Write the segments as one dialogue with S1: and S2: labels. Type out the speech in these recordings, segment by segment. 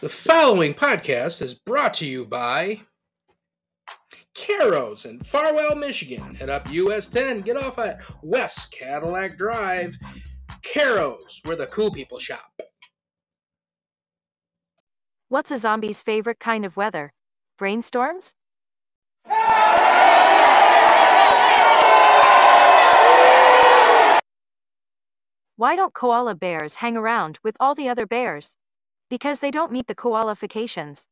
S1: The following podcast is brought to you by Caro's in Farwell, Michigan. Head up US 10, get off at West Cadillac Drive. Caro's, where the cool people shop.
S2: What's a zombie's favorite kind of weather? Brainstorms? Why don't koala bears hang around with all the other bears? Because they don't meet the qualifications.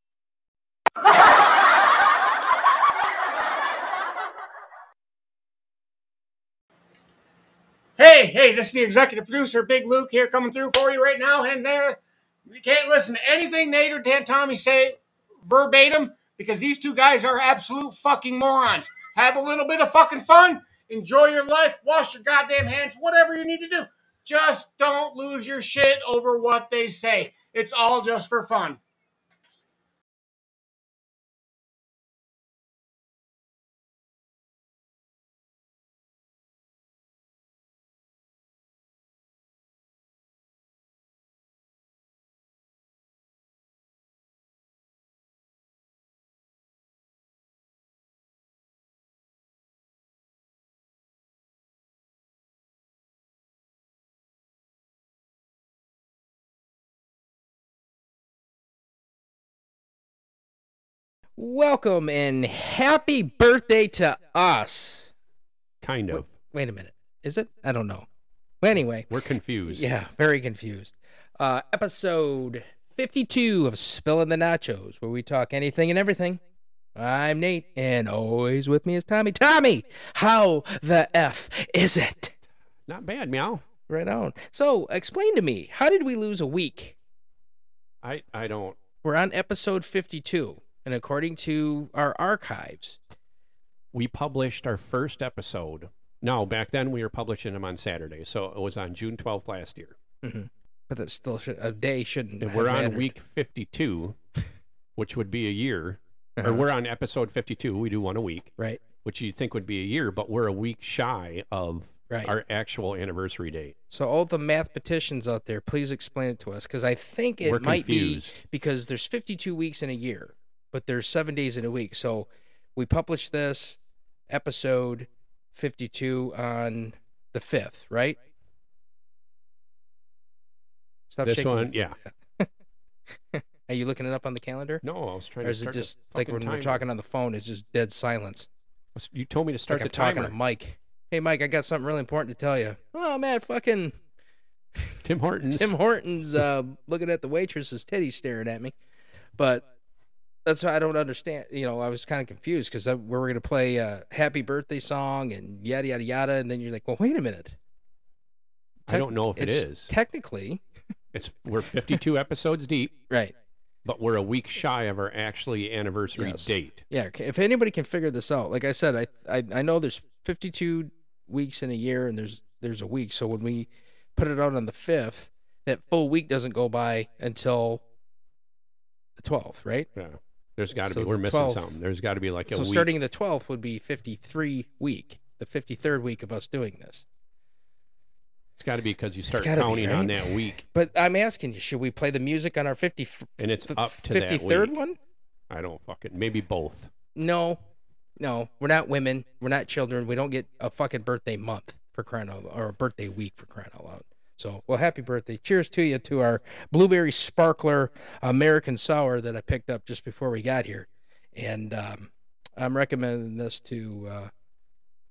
S3: Hey, hey, this is the executive producer, Big Luke, here coming through for you right now. And there, you can't listen to anything Nate or Dan Tommy say verbatim because these two guys are absolute fucking morons. Have a little bit of fucking fun, enjoy your life, wash your goddamn hands, whatever you need to do. Just don't lose your shit over what they say. It's all just for fun.
S1: Welcome and happy birthday to us.
S4: Kind of.
S1: Wait a minute. Is it? I don't know. Well, anyway,
S4: We're confused.
S1: yeah, very confused. Uh, episode 52 of Spilling the Nachos, where we talk anything and everything. I'm Nate, and always with me is Tommy. Tommy, how the F is it?
S4: Not bad, meow.
S1: Right on. So, explain to me, how did we lose a week?
S4: I, I don't.
S1: We're on episode 52, and according to our archives,
S4: We published our first episode. No, back then we were publishing them on Saturday. So it was on June 12th last year.
S1: mm-hmm, but that's still should, a day shouldn't.
S4: And
S1: have
S4: we're on
S1: mattered.
S4: week 52, which would be a year.
S1: Uh-huh.
S4: Or we're on episode 52. We do one a week,
S1: Right,
S4: which you'd think would be a year, but we're a week shy of
S1: right.
S4: our actual anniversary date.
S1: So all the mathematicians out there, please explain it to us because I think it
S4: We're
S1: might
S4: confused.
S1: be because there's 52 weeks in a year, but there's seven days in a week. So we published this episode 52 on the 5th, right? Stop
S4: This
S1: shaking
S4: one,
S1: your-
S4: yeah.
S1: Are you looking it up on the calendar?
S4: No, I was trying
S1: Or
S4: to
S1: is it
S4: start
S1: just
S4: the
S1: like
S4: fucking
S1: when we're
S4: timer.
S1: talking on the phone? It's just dead silence.
S4: You told me to start
S1: like I'm
S4: the timer.
S1: talking to Mike. Hey, Mike, I got something really important to tell you. Oh man, fucking
S4: Tim Hortons.
S1: Tim Hortons uh, looking at the waitress's titties staring at me. But that's why I don't understand. You know, I was kind of confused because we were going to play uh, happy birthday song and yada, yada, yada. And then you're like, well, wait a minute.
S4: I don't know if it
S1: it's
S4: is.
S1: Technically,
S4: It's we're 52 episodes deep,
S1: right.
S4: but we're a week shy of our actually anniversary
S1: Yes.
S4: date.
S1: Yeah. c- If anybody can figure this out, like I said, I, I, I know there's 52 weeks in a year and there's, there's a week. So when we put it out on the 5th, that full week doesn't go by until the 12th, right?
S4: Yeah. There's got to
S1: So
S4: be we're
S1: the
S4: missing
S1: 12th.
S4: something. There's got to be like a
S1: so
S4: week.
S1: starting the 12th would be 53 week the 53rd week of us doing this
S4: it's got to be because you start
S1: gotta be,
S4: counting on
S1: right?
S4: that week,
S1: but i'm asking you should we play the music on our 50
S4: and it's
S1: f-
S4: up to
S1: 53rd
S4: that week.
S1: one
S4: I don't fucking maybe both.
S1: no no we're not women we're not children we don't get a fucking birthday month for crying out loud or a birthday week for crying out loud so well happy birthday cheers to you to our blueberry sparkler american sour that i picked up just before we got here and um, i'm recommending this to uh,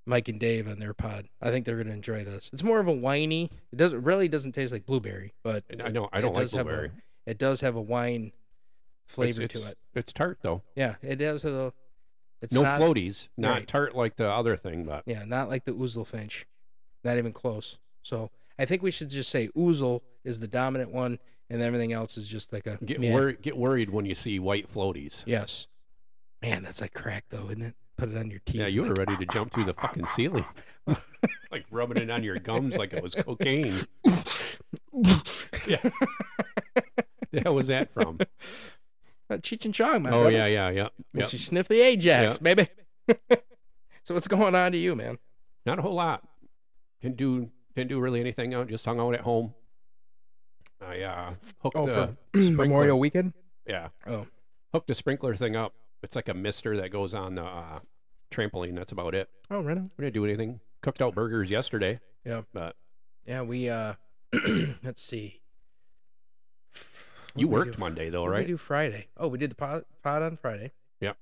S1: Mike and Dave on their pod. I think they're going to enjoy this. It's more of a winey. It doesn't really doesn't taste like blueberry, but
S4: And I know
S1: it
S4: I don't like
S1: does have a-
S4: blueberry It's-
S1: it does have a wine flavor
S4: it's,
S1: to it.
S4: It's tart though.
S1: Yeah, it does have a. It's
S4: no
S1: not,
S4: floaties. Not
S1: right.
S4: tart like the other thing, but
S1: Yeah, not like the Ouzel Finch, not even close. So I think we should just say Ouzel is the dominant one, and everything else is just like a.
S4: get
S1: meh.
S4: wor- get worried when you see white floaties.
S1: Yes. Man, that's like crack though, isn't it? Put it on your teeth.
S4: Yeah, you were
S1: like,
S4: ready to jump through the fucking ceiling. like rubbing it on your gums like it was cocaine. yeah. The hell was that from?
S1: "Oh, Cheech and Chong, man.
S4: Oh, yeah, yeah, yeah.
S1: When
S4: yeah.
S1: she sniffed the Ajax, baby. so what's going on to you, man?
S4: Not a whole lot. Didn't do didn't do really anything out, just hung out at home. I uh hooked the sprinkler.
S1: Oh, weekend?
S4: Yeah.
S1: Oh.
S4: Hooked a sprinkler thing up. It's like a mister that goes on the uh, trampoline. That's about it.
S1: Oh, right on.
S4: We didn't do anything. Cooked out burgers yesterday.
S1: Yeah.
S4: But
S1: Yeah, we uh let's see. What
S4: you
S1: did we
S4: worked
S1: do?
S4: Monday though,
S1: What did
S4: right?
S1: We do Friday. Oh, we did the pod, pod on Friday.
S4: Yep.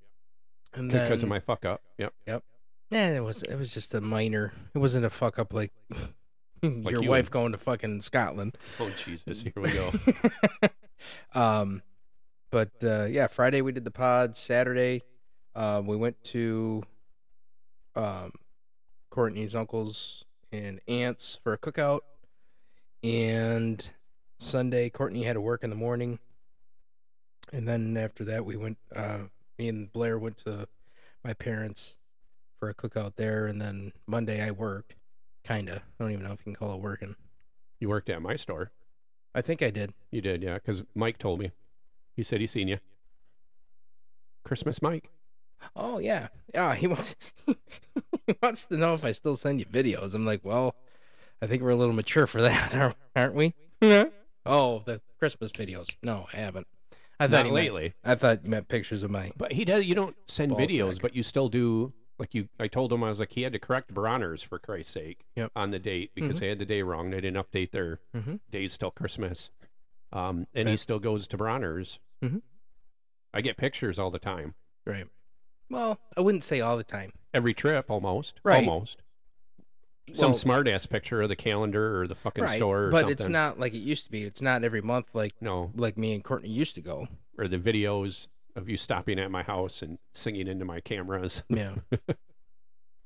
S1: And then
S4: Because of my fuck up. Yep.
S1: Yeah, it was it was just a minor. It wasn't a fuck up like, your
S4: you
S1: wife
S4: and-
S1: going to fucking Scotland.
S4: Oh Jesus! Here we go.
S1: Mm. um, but uh, yeah, Friday we did the pod. Saturday, uh, we went to um, Courtney's uncles and aunts for a cookout, and Sunday Courtney had to work in the morning, and then after that we went. Uh, me and Blair went to my parents for a cookout there, and then Monday I worked. Kinda. I don't even know if you can call it working.
S4: you worked at my store.
S1: I think I did.
S4: You did, yeah. Because Mike told me. He said he seen you. Christmas, Mike.
S1: Oh yeah, yeah. He wants he wants to know if I still send you videos. I'm like, well, I think we're a little mature for that, aren't- aren't we?
S4: Hmm?
S1: Yeah. Oh, the Christmas videos. No, I haven't. I thought
S4: Not
S1: he meant-
S4: lately.
S1: I thought you meant pictures of my.
S4: But he does. You don't send
S1: Ball
S4: videos,
S1: sack.
S4: but you still do. Like you, I told him I was like he had to correct Bronner's for Christ's sake
S1: Yep.
S4: on the date because
S1: Mhm.
S4: they had the day wrong. They didn't update their
S1: Mhm.
S4: days till Christmas, um, and
S1: Yeah.
S4: he still goes to Bronner's.
S1: Mhm.
S4: I get pictures all the time,
S1: Right. Well, I wouldn't say all the time.
S4: every trip almost,
S1: Right.
S4: almost. Some
S1: Well-
S4: smart ass picture of the calendar or the fucking
S1: right.
S4: store, or
S1: but
S4: something.
S1: it's not like it used to be. It's not every month like
S4: no,
S1: like me and Courtney used to go.
S4: or the videos of you stopping at my house and singing into my cameras.
S1: Yeah.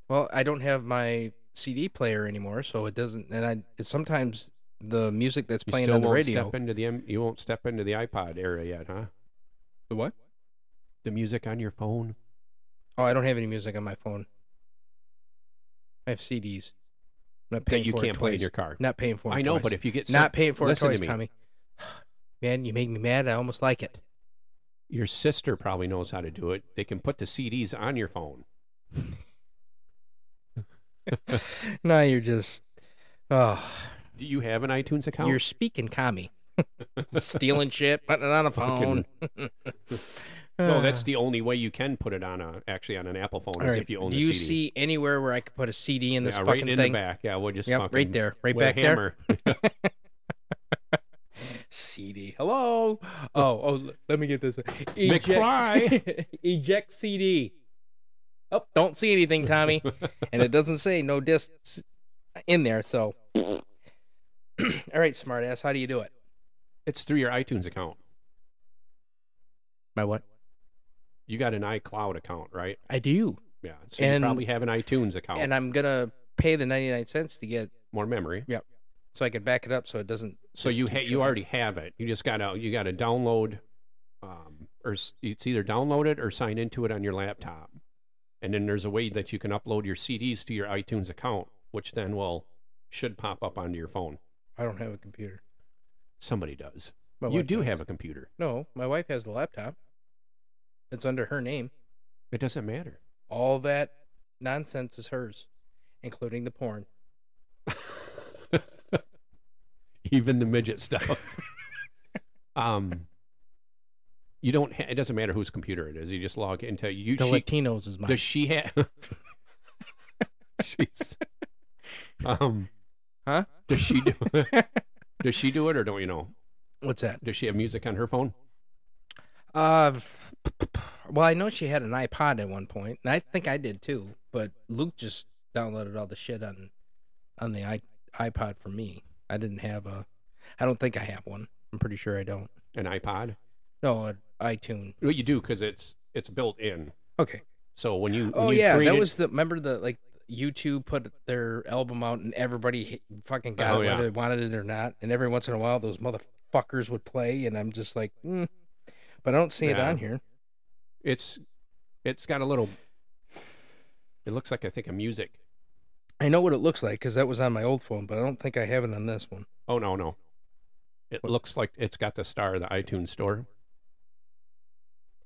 S1: well, I don't have my CD player anymore, so it doesn't. And I it's sometimes the music that's
S4: You
S1: playing
S4: still
S1: on the
S4: won't
S1: radio.
S4: Step into the M- you won't step into the iPod era yet, huh?
S1: The what?
S4: the music on your phone.
S1: Oh, I don't have any music on my phone. I have CDs. I'm not
S4: That
S1: paying
S4: you
S1: for it
S4: can't play in
S1: twice.
S4: your car.
S1: Not paying for it.
S4: I know,
S1: twice.
S4: but if you get
S1: not
S4: sent-
S1: paying for it
S4: listen to
S1: twice,
S4: me.
S1: Tommy. Man, you make me mad. I almost like it.
S4: your sister probably knows how to do it. They can put the CDs on your phone.
S1: now you're just, oh,
S4: Do you have an iTunes account?
S1: you're speaking commie, stealing shit, putting it on a phone.
S4: Fucking- no,
S1: Ah.
S4: that's the only way you can put it on a actually on an Apple phone
S1: All
S4: is
S1: right.
S4: if you own
S1: Do
S4: the
S1: you
S4: CD.
S1: see anywhere where I could put a CD in this
S4: yeah, right
S1: fucking
S4: in
S1: thing?
S4: the back. Yeah, we'll just
S1: Yep,
S4: fucking
S1: right there, right
S4: with a
S1: back there.
S4: hammer.
S1: CD. Hello. Oh, oh. l- Let me get this. one. Eject-
S4: McFly.
S1: Eject CD. Oh, don't see anything, Tommy. and it doesn't say no discs in there. So, all right, smartass. How do you do it?
S4: It's through your iTunes account.
S1: My what?
S4: You got an iCloud account, right?
S1: I do.
S4: Yeah. So
S1: And-
S4: you probably have an iTunes account.
S1: And I'm gonna pay the 99 cents to get
S4: More memory.
S1: so I can back it up so it doesn't.
S4: So
S1: just
S4: you
S1: keep
S4: ha- you
S1: showing.
S4: already have it. You just gotta you gotta download, um, or s- it's either download it or sign into it on your laptop, and then there's a way that you can upload your CDs to your iTunes account, which then will should pop up onto your phone.
S1: I don't have a computer.
S4: Somebody does.
S1: My
S4: you
S1: wife
S4: do
S1: does.
S4: have a computer.
S1: No, my wife has the laptop. It's under her name.
S4: It doesn't matter.
S1: All that nonsense is hers, including the porn.
S4: Even the midget stuff. um, you don't. Ha- it doesn't matter whose computer it is. You just log into you.
S1: The
S4: she-
S1: Latinos is mine.
S4: Does she have? Jeez. Um,
S1: Huh?
S4: Does she do? does she do it, or don't you know?
S1: What's that?
S4: Does she have music on her phone?
S1: Uh, f- well, I know she had an iPod at one point, and I think I did too. But Luke just downloaded all the shit on on the i iPod for me. I didn't have a. I don't think I have one. I'm pretty sure I don't.
S4: An iPod?
S1: No, an iTunes.
S4: Well, you do because it's it's built in.
S1: Okay.
S4: So when you when
S1: Oh
S4: you
S1: yeah,
S4: create
S1: that
S4: it-
S1: was the. Remember the like. YouTube put their album out and everybody hit- fucking got
S4: Oh,
S1: it
S4: yeah.
S1: whether they wanted it or not. And every once in a while, those motherfuckers would play, and I'm just like, mm. but I don't see it
S4: Yeah.
S1: on here.
S4: it's it's got a little. It looks like I think a music.
S1: I know what it looks like because that was on my old phone, but I don't think I have it on this one.
S4: Oh no no, it looks like it's got the star of the iTunes store.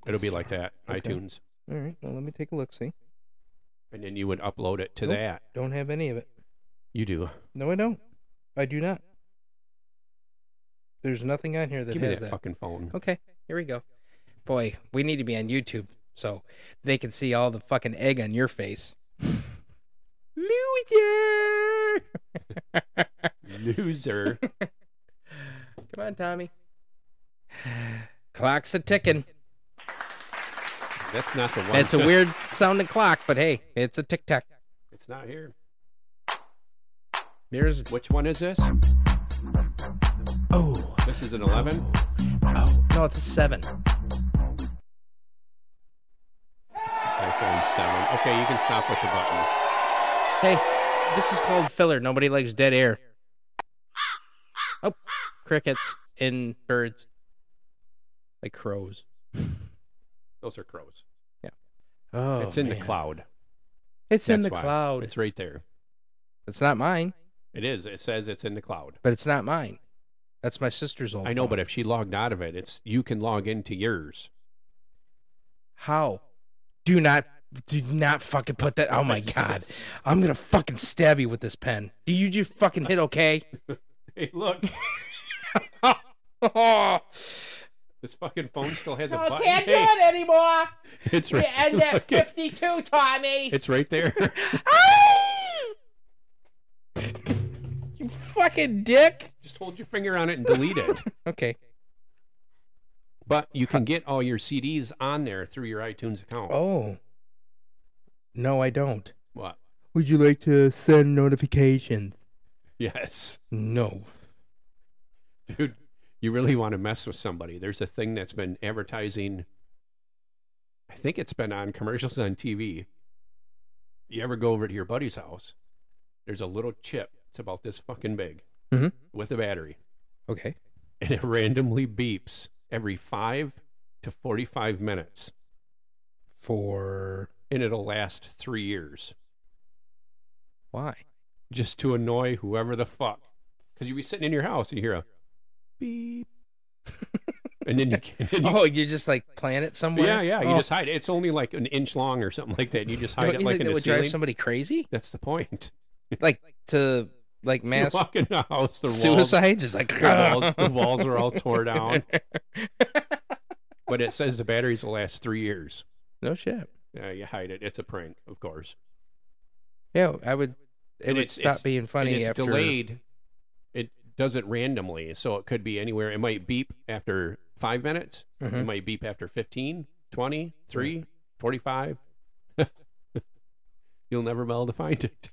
S4: It'll be like that
S1: Okay.
S4: iTunes,
S1: All right, well, let me take a look. See,
S4: and then you would upload it to
S1: Nope.
S4: that.
S1: don't have any of it.
S4: You do.
S1: No, I don't. I do not. There's nothing on here that
S4: Give me
S1: has
S4: that,
S1: that.
S4: fucking phone.
S1: Okay, here we go. boy, we need to be on YouTube so they can see all the fucking egg on your face. Loser!
S4: Loser.
S1: Come on, Tommy. Clock's a ticking.
S4: That's not the one.
S1: It's a weird sounding clock, but hey, it's a tic tac.
S4: It's not here.
S1: There's
S4: Which one is this?
S1: oh,
S4: This is an 11.
S1: oh no, it's a seven.
S4: iPhone 7. Okay, you can stop with the buttons.
S1: Hey, this is called filler. Nobody likes dead air. Oh, crickets and birds, like crows.
S4: Those are crows.
S1: Oh,
S4: it's in the
S1: man.
S4: cloud.
S1: It's in
S4: That's
S1: the
S4: why.
S1: cloud. It's,
S4: It's right there.
S1: not mine,
S4: It is. It says it's in the cloud.
S1: but it's not mine. That's my sister's old.
S4: I know,
S1: phone.
S4: but if she logged out of it, it's you can log into yours.
S1: how? Do not, do not fucking put that. Oh my god, I'm gonna fucking stab you with this pen. Do you just fucking hit okay?
S4: Hey, look,
S1: oh,
S4: this fucking phone still has a
S1: I
S4: button.
S1: can't do
S4: Hey,
S1: it anymore.
S4: it's
S1: We
S4: right.
S1: end
S4: there.
S1: at 52, Tommy. Ah!
S4: It's right there.
S1: you fucking dick.
S4: Just hold your finger on it and delete it.
S1: Okay.
S4: But you can get all your CDs on there through your iTunes account.
S1: Oh. No, I don't.
S4: What?
S1: Would you like to send notifications?
S4: Yes,
S1: No.
S4: dude. You really want to mess with somebody? There's a thing that's been advertising. I think it's been on commercials on TV. You ever go over to your buddy's house? There's a little chip. It's about this fucking big
S1: Mm-hmm.
S4: with a battery.
S1: Okay.
S4: and it randomly beeps every five to 45 minutes
S1: For
S4: and it'll last three years
S1: why?
S4: just to annoy whoever the fuck because you'll be sitting in your house and you hear a beep and then you can and you-
S1: Oh, you're just like playing it somewhere.
S4: yeah yeah you
S1: Oh,
S4: just hide it it's only like an inch long or something like that and you just hide
S1: Don't
S4: it
S1: you
S4: like
S1: think
S4: in
S1: that
S4: the
S1: would
S4: ceiling
S1: drive somebody crazy?
S4: that's the point
S1: Like to like mass
S4: you walk in the house the walls-
S1: suicide? Just like
S4: the walls, the walls are all tore down but it says the batteries will last three years
S1: no shit.
S4: yeah you hide it it's a prank of course
S1: Yeah, I would. It
S4: And
S1: would
S4: it's-
S1: stop
S4: it's-
S1: being funny
S4: and it's
S1: after.
S4: delayed. It does it randomly, so it could be anywhere. It might beep after five minutes. It
S1: Mhm.
S4: might beep after 15, 20, 3, 45. You'll never be able to find it.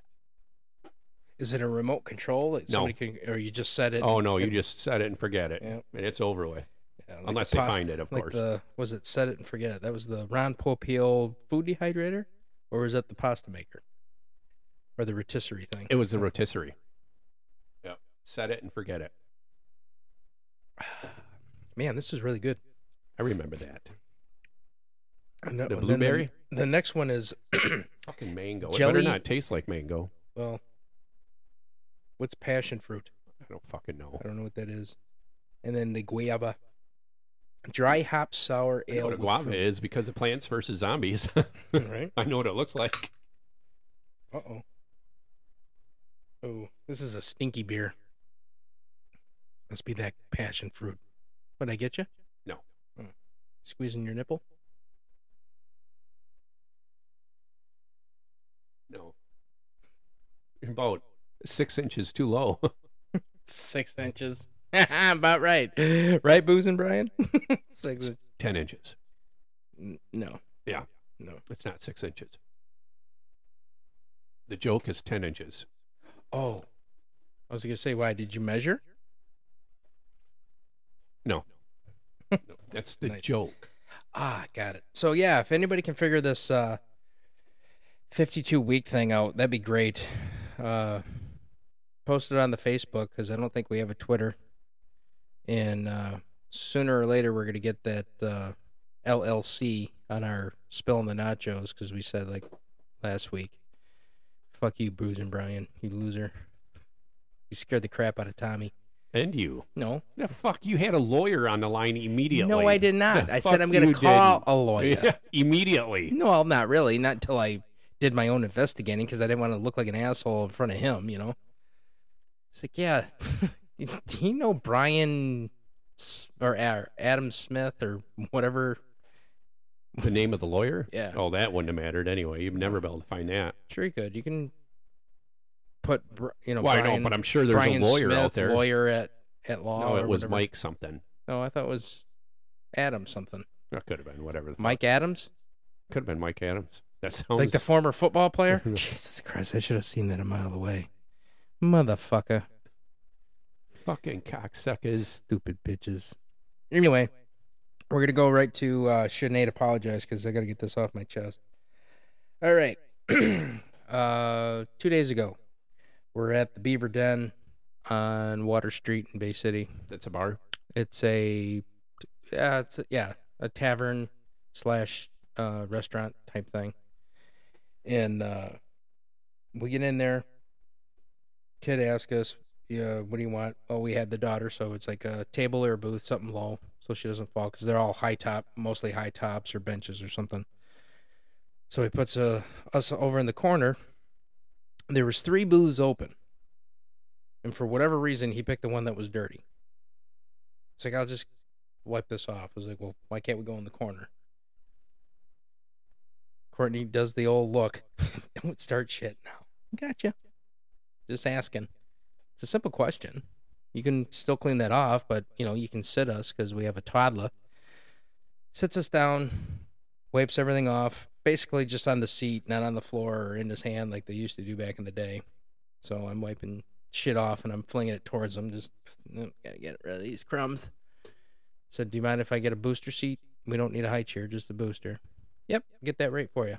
S1: Is it a remote control? That
S4: No.
S1: somebody can, or you just set it?
S4: Oh, no, you
S1: and-
S4: just set it and forget it.
S1: Yeah.
S4: And it's over with.
S1: Yeah, like
S4: Unless
S1: the
S4: they
S1: pos-
S4: find it, of
S1: like
S4: course.
S1: The was it set it and forget it? That was the Ron Popeil food dehydrator, or was that the pasta maker, or the rotisserie thing?
S4: It was the rotisserie. Yep. Set it and forget it.
S1: Man, this is really good.
S4: I remember that.
S1: And that
S4: The
S1: one- then
S4: blueberry?
S1: The, next one is
S4: Fucking mango. It
S1: Jelly-
S4: better not taste like mango.
S1: well, what's passion fruit?
S4: I don't fucking know.
S1: I don't know what that is. And then the guava, dry hop sour
S4: I
S1: ale.
S4: know what a
S1: with
S4: guava
S1: fruit.
S4: is because of Plants versus Zombies.
S1: Right.
S4: I know what it looks like.
S1: Uh oh. Oh, this is a stinky beer. Must be that passion fruit. Would I get you?
S4: No.
S1: Hmm. Squeezing your nipple?
S4: No. About six inches too low.
S1: Six inches. About right. Right, Booze and Brian? Six. in-
S4: Ten inches.
S1: N- No.
S4: Yeah.
S1: No.
S4: It's not six inches. The joke is ten inches.
S1: Oh. I was going to say, why? Did you measure?
S4: No. no that's the
S1: Nice.
S4: joke.
S1: Ah, got it. So, yeah, if anybody can figure this uh, 52 week thing out, that'd be great. Uh, post it on the Facebook because I don't think we have a Twitter. And uh, sooner or later, we're going to get that uh, LLC on our spilling the nachos because we said like last week, fuck you, Bruce and Brian, you loser. You scared the crap out of Tommy.
S4: And you.
S1: No,
S4: The fuck you had a lawyer on the line immediately.
S1: no, I did not.
S4: The
S1: I
S4: fuck
S1: said I'm going
S4: you
S1: to call
S4: didn't.
S1: a lawyer.
S4: Yeah, immediately.
S1: No, not really. Not until I did my own investigating because I didn't want to look like an asshole in front of him, you know? It's like, yeah. Do you know Brian S- or A- Adam Smith or whatever
S4: The name of the lawyer?
S1: Yeah.
S4: Oh, that wouldn't have mattered anyway. You'd never be able to find that.
S1: Sure, you could. You can put, Br- you know,
S4: Well, I
S1: Brian,
S4: know, but I'm sure there's
S1: Brian
S4: a lawyer
S1: Smith,
S4: out there.
S1: lawyer at, at law.
S4: no,
S1: or
S4: it was
S1: whatever.
S4: Mike something.
S1: No, I thought it was Adam something.
S4: That could have been whatever. The Oh,
S1: Mike Adams?
S4: could have been Mike Adams. That sounds
S1: Like the former football player? Jesus Christ, I should have seen that a mile away. Motherfucker.
S4: fucking cocksuckers.
S1: Stupid bitches. Anyway, we're going to go right to uh, Should Nate apologize because I got to get this off my chest. All right. uh, two days ago, we're at the Beaver Den on Water Street in Bay City.
S4: That's a bar.
S1: It's a yeah, it's a, yeah, a tavern slash uh, restaurant type thing. And uh, we get in there. Kid asks us, "Yeah, what do you want?" Oh, we had the daughter, so it's like a table or a booth, something low, so she doesn't fall, because they're all high top, mostly high tops or benches or something. So he puts uh, us over in the corner. There was three booths open, and for whatever reason, he picked the one that was dirty. It's like, I'll just wipe this off. I was like, well, why can't we go in the corner? Courtney does the old look. Don't start shit now. Gotcha. Just asking. It's a simple question. You can still clean that off, but you know, you can sit us because we have a toddler. Sits us down, wipes everything off, basically just on the seat, not on the floor or in his hand like they used to do back in the day. So I'm wiping shit off and I'm flinging it towards him. Just "Nope, gotta get rid of these crumbs. Said, "Do you mind if I get a booster seat? We don't need a high chair, just a booster." Yep, get that right for you.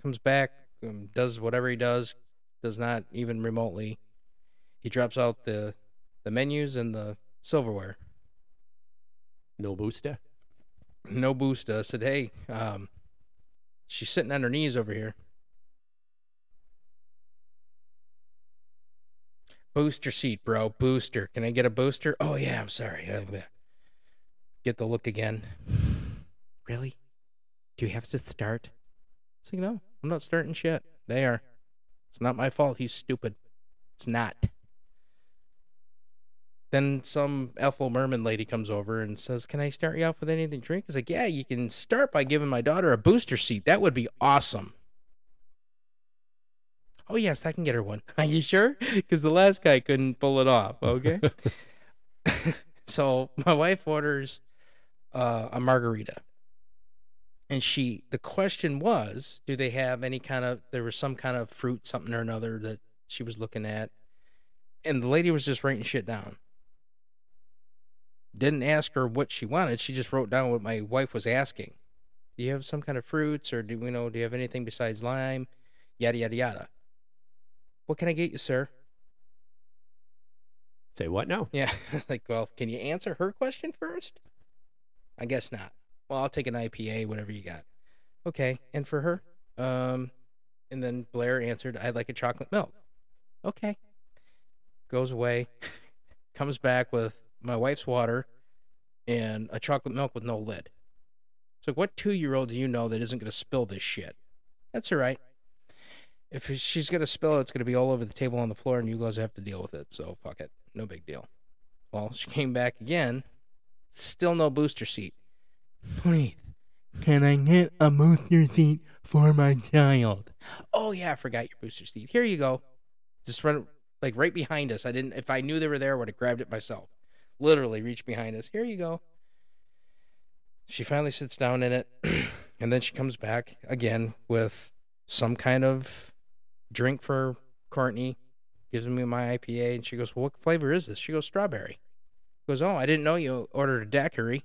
S1: Comes back, um, does whatever he does, does not even remotely. He drops out the the menus and the silverware.
S4: No booster.
S1: No booster. I said, "Hey, um, she's sitting on her knees over here." Booster seat, bro. Booster. Can I get a booster? Oh yeah. I'm sorry. I- Get the look again. Really? Do you have to start? It's like, no, I'm not starting shit. They are. It's not my fault. He's stupid. It's not. Then some Ethel Merman lady comes over and says, Can I start you off with anything to drink? It's like, Yeah, you can start by giving my daughter a booster seat. That would be awesome. Oh, yes, I can get her one. Are you sure? Because the last guy couldn't pull it off. Okay. so my wife orders uh, a margarita. And she, the question was, do they have any kind of, there was some kind of fruit, something or another that she was looking at. And the lady was just writing shit down. Didn't ask her what she wanted. She just wrote down what my wife was asking. Do you have some kind of fruits or do we know, do you have anything besides lime? Yada, yada, yada. What can I get you, sir?
S4: Say what now?
S1: Yeah. like, well, can you answer her question first? I guess not. Well, I'll take an IPA, whatever you got. Okay. And for her? Um, and then Blair answered, I'd like a chocolate milk. Okay. Goes away, comes back with my wife's water and a chocolate milk with no lid. It's like, what two year old do you know that isn't going to spill this shit? That's all right. If she's going to spill it, it's going to be all over the table on the floor, and you guys have to deal with it. So fuck it. No big deal. Well, she came back again. Still no booster seat. Please, can I get a booster seat for my child? Oh yeah, I forgot your booster seat. Here you go. Just run like right behind us. I didn't. If I knew they were there, I would have grabbed it myself. Literally reached behind us. Here you go. She finally sits down in it, and then she comes back again with some kind of drink for Courtney gives me my IPA, and she goes, well, "What flavor is this?" She goes, "Strawberry." Goes, "Oh, I didn't know you ordered a daiquiri."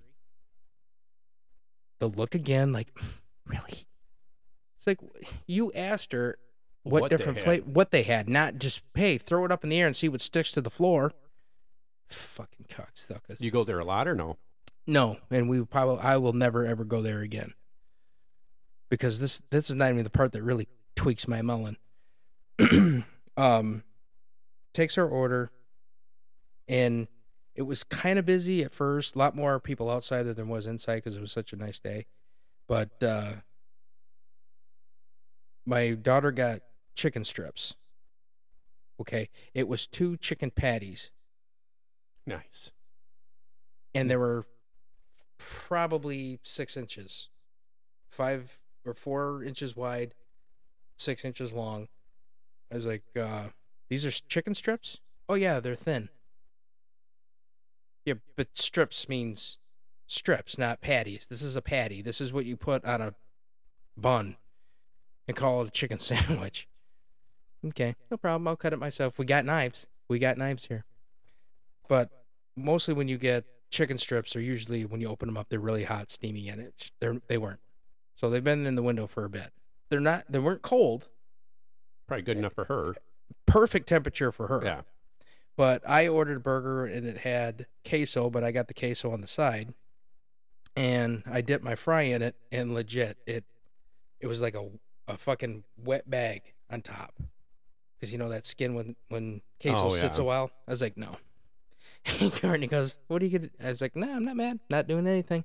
S1: The look again, like, really? It's like you asked her what,
S4: What they
S1: different
S4: had.
S1: flavor, what they had, not just hey, throw it up in the air and see what sticks to the floor. Fucking cocksuckers.
S4: You go there a lot or no?
S1: No, and we probably I will never ever go there again. Because this this is not even the part that really tweaks my melon. um takes her order and it was kind of busy at first, a lot more people outside than there was inside because it was such a nice day. But uh my daughter got chicken strips. Okay, it was two chicken patties
S4: Nice.
S1: and they were probably six inches five or four inches wide, six inches long. I was like, uh, these are s- chicken strips? Oh, yeah, they're thin. Yeah, but strips means strips, not patties. This is a patty. This is what you put on a bun and call it a chicken sandwich. Okay, no problem. I'll cut it myself. We got knives. We got knives here. But mostly when you get chicken strips, are usually when you open them up, they're really hot, steamy, and it they're, they weren't. So they've been in the window for a bit. They're not. They weren't cold.
S4: Probably good enough for her.
S1: Perfect temperature for her.
S4: Yeah.
S1: But I ordered a burger and it had queso, but I got the queso on the side, and I dipped my fry in it, and legit, it it was like a a fucking wet bag on top, because you know that skin when when queso
S4: Oh,
S1: sits
S4: yeah.
S1: a while. I was like, no. Courtney goes, "What are you gonna?" I was like, "No, I'm not mad. Not doing anything."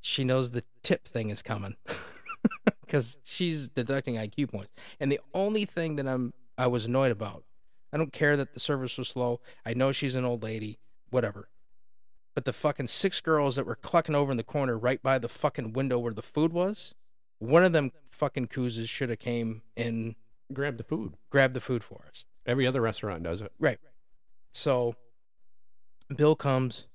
S1: She knows the tip thing is coming. because she's deducting IQ points. And the only thing that I'm I was annoyed about, I don't care that the service was slow. I know she's an old lady, whatever. But the fucking six girls that were clucking over in the corner right by the fucking window where the food was, one of them fucking coozes should have came and
S4: Grab the food.
S1: grabbed the food for us.
S4: Every other restaurant does it.
S1: Right. So Bill comes.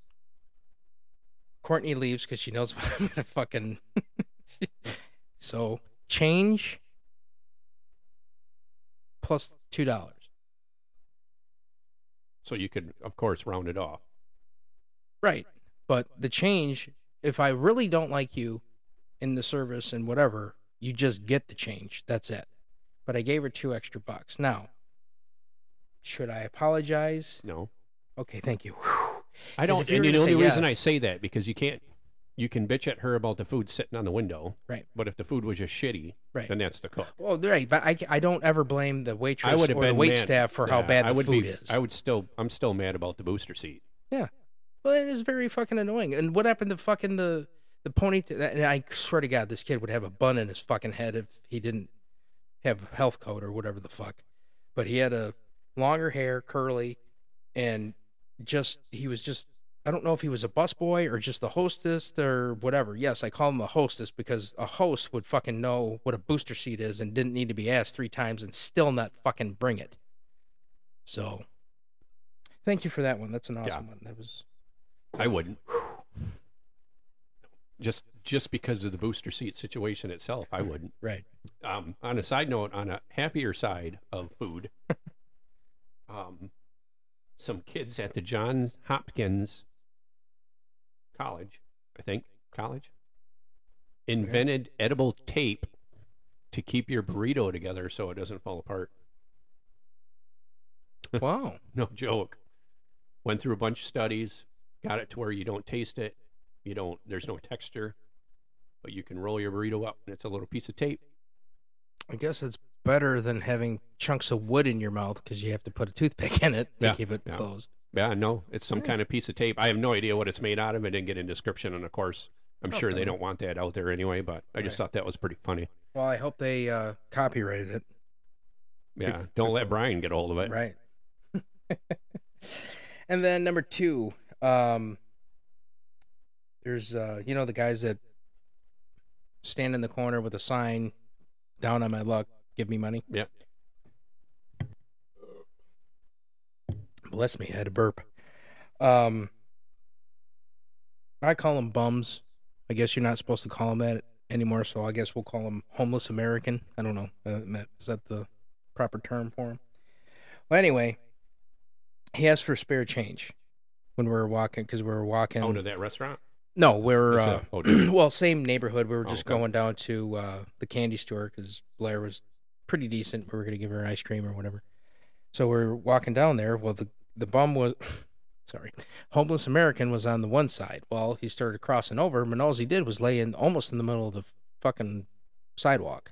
S1: Courtney leaves because she knows what I'm gonna fucking. so change plus two dollars.
S4: So you could, of course, round it off.
S1: Right. But the change, if I really don't like you in the service and whatever, you just get the change. That's it. But I gave her two extra bucks. Now, should I apologize?
S4: No.
S1: Okay, thank you. Whew.
S4: I
S1: 'Cause
S4: don't.
S1: if you
S4: And
S1: were
S4: you
S1: to
S4: know, the
S1: say
S4: only reason
S1: yes-
S4: I say that because you can't. You can bitch at her about the food sitting on the window,
S1: Right.
S4: but if the food was just shitty,
S1: Right.
S4: then that's the cook.
S1: Well, right, but I, I don't ever blame the waitress
S4: I would have
S1: or the
S4: been
S1: wait
S4: mad-
S1: staff for how
S4: yeah,
S1: bad
S4: I
S1: the
S4: would
S1: food
S4: be-
S1: is.
S4: I would still. I'm still mad about the booster seat.
S1: Yeah, well, it is very fucking annoying. And what happened to fucking the the ponytail? And I swear to God, this kid would have a bun in his fucking head if he didn't have a health code or whatever the fuck. But he had a longer hair, curly, and just he was just I don't know if he was a busboy or just the hostess or whatever. Yes, I call him a hostess because a host would fucking know what a booster seat is and didn't need to be asked three times and still not fucking bring it. So, thank you for that one. That's an awesome
S4: Yeah.
S1: one. That was
S4: I wouldn't. Just just because of the booster seat situation itself, I wouldn't.
S1: right.
S4: Um, on a side note, on a happier side of food, um, some kids at the Johns Hopkins College, I think college, invented edible tape to keep your burrito together so it doesn't fall apart.
S1: wow.
S4: No joke. Went through a bunch of studies, got it to where you don't taste it, you don't. There's no texture, but you can roll your burrito up, and it's a little piece of tape.
S1: I guess it's better than having chunks of wood in your mouth because you have to put a toothpick in it to
S4: Yeah,
S1: keep it
S4: yeah.
S1: closed.
S4: Yeah, no, it's some kind of piece of tape. I have no idea what it's made out of. I didn't get a description, and of course, I'm sure they
S1: Okay.
S4: don't want that out there anyway. But I just
S1: Right.
S4: thought that was pretty funny.
S1: Well, I hope they uh, copyrighted it.
S4: Yeah, don't let Brian get a hold of it.
S1: Right. and then number two, um, there's uh, you know the guys that stand in the corner with a sign, down on my luck, give me money.
S4: Yep.
S1: Bless me, I had a burp. Um, I call them bums. I guess you're not supposed to call them that anymore, so I guess we'll call them homeless American. I don't know. Uh, that- Is that the proper term for him? Well, anyway, he asked for spare change when we were walking because we were walking.
S4: Out of that restaurant.
S1: No, we were
S4: That's
S1: uh,
S4: it. Oh, dear.
S1: well, same neighborhood. We were
S4: Oh,
S1: just
S4: okay.
S1: going down to uh, the candy store because Blair was pretty decent. We were gonna give her ice cream or whatever. So we're walking down there. Well, the the bum was, sorry, homeless American was on the one side. Well, he started crossing over, and all he did was lay in almost in the middle of the fucking sidewalk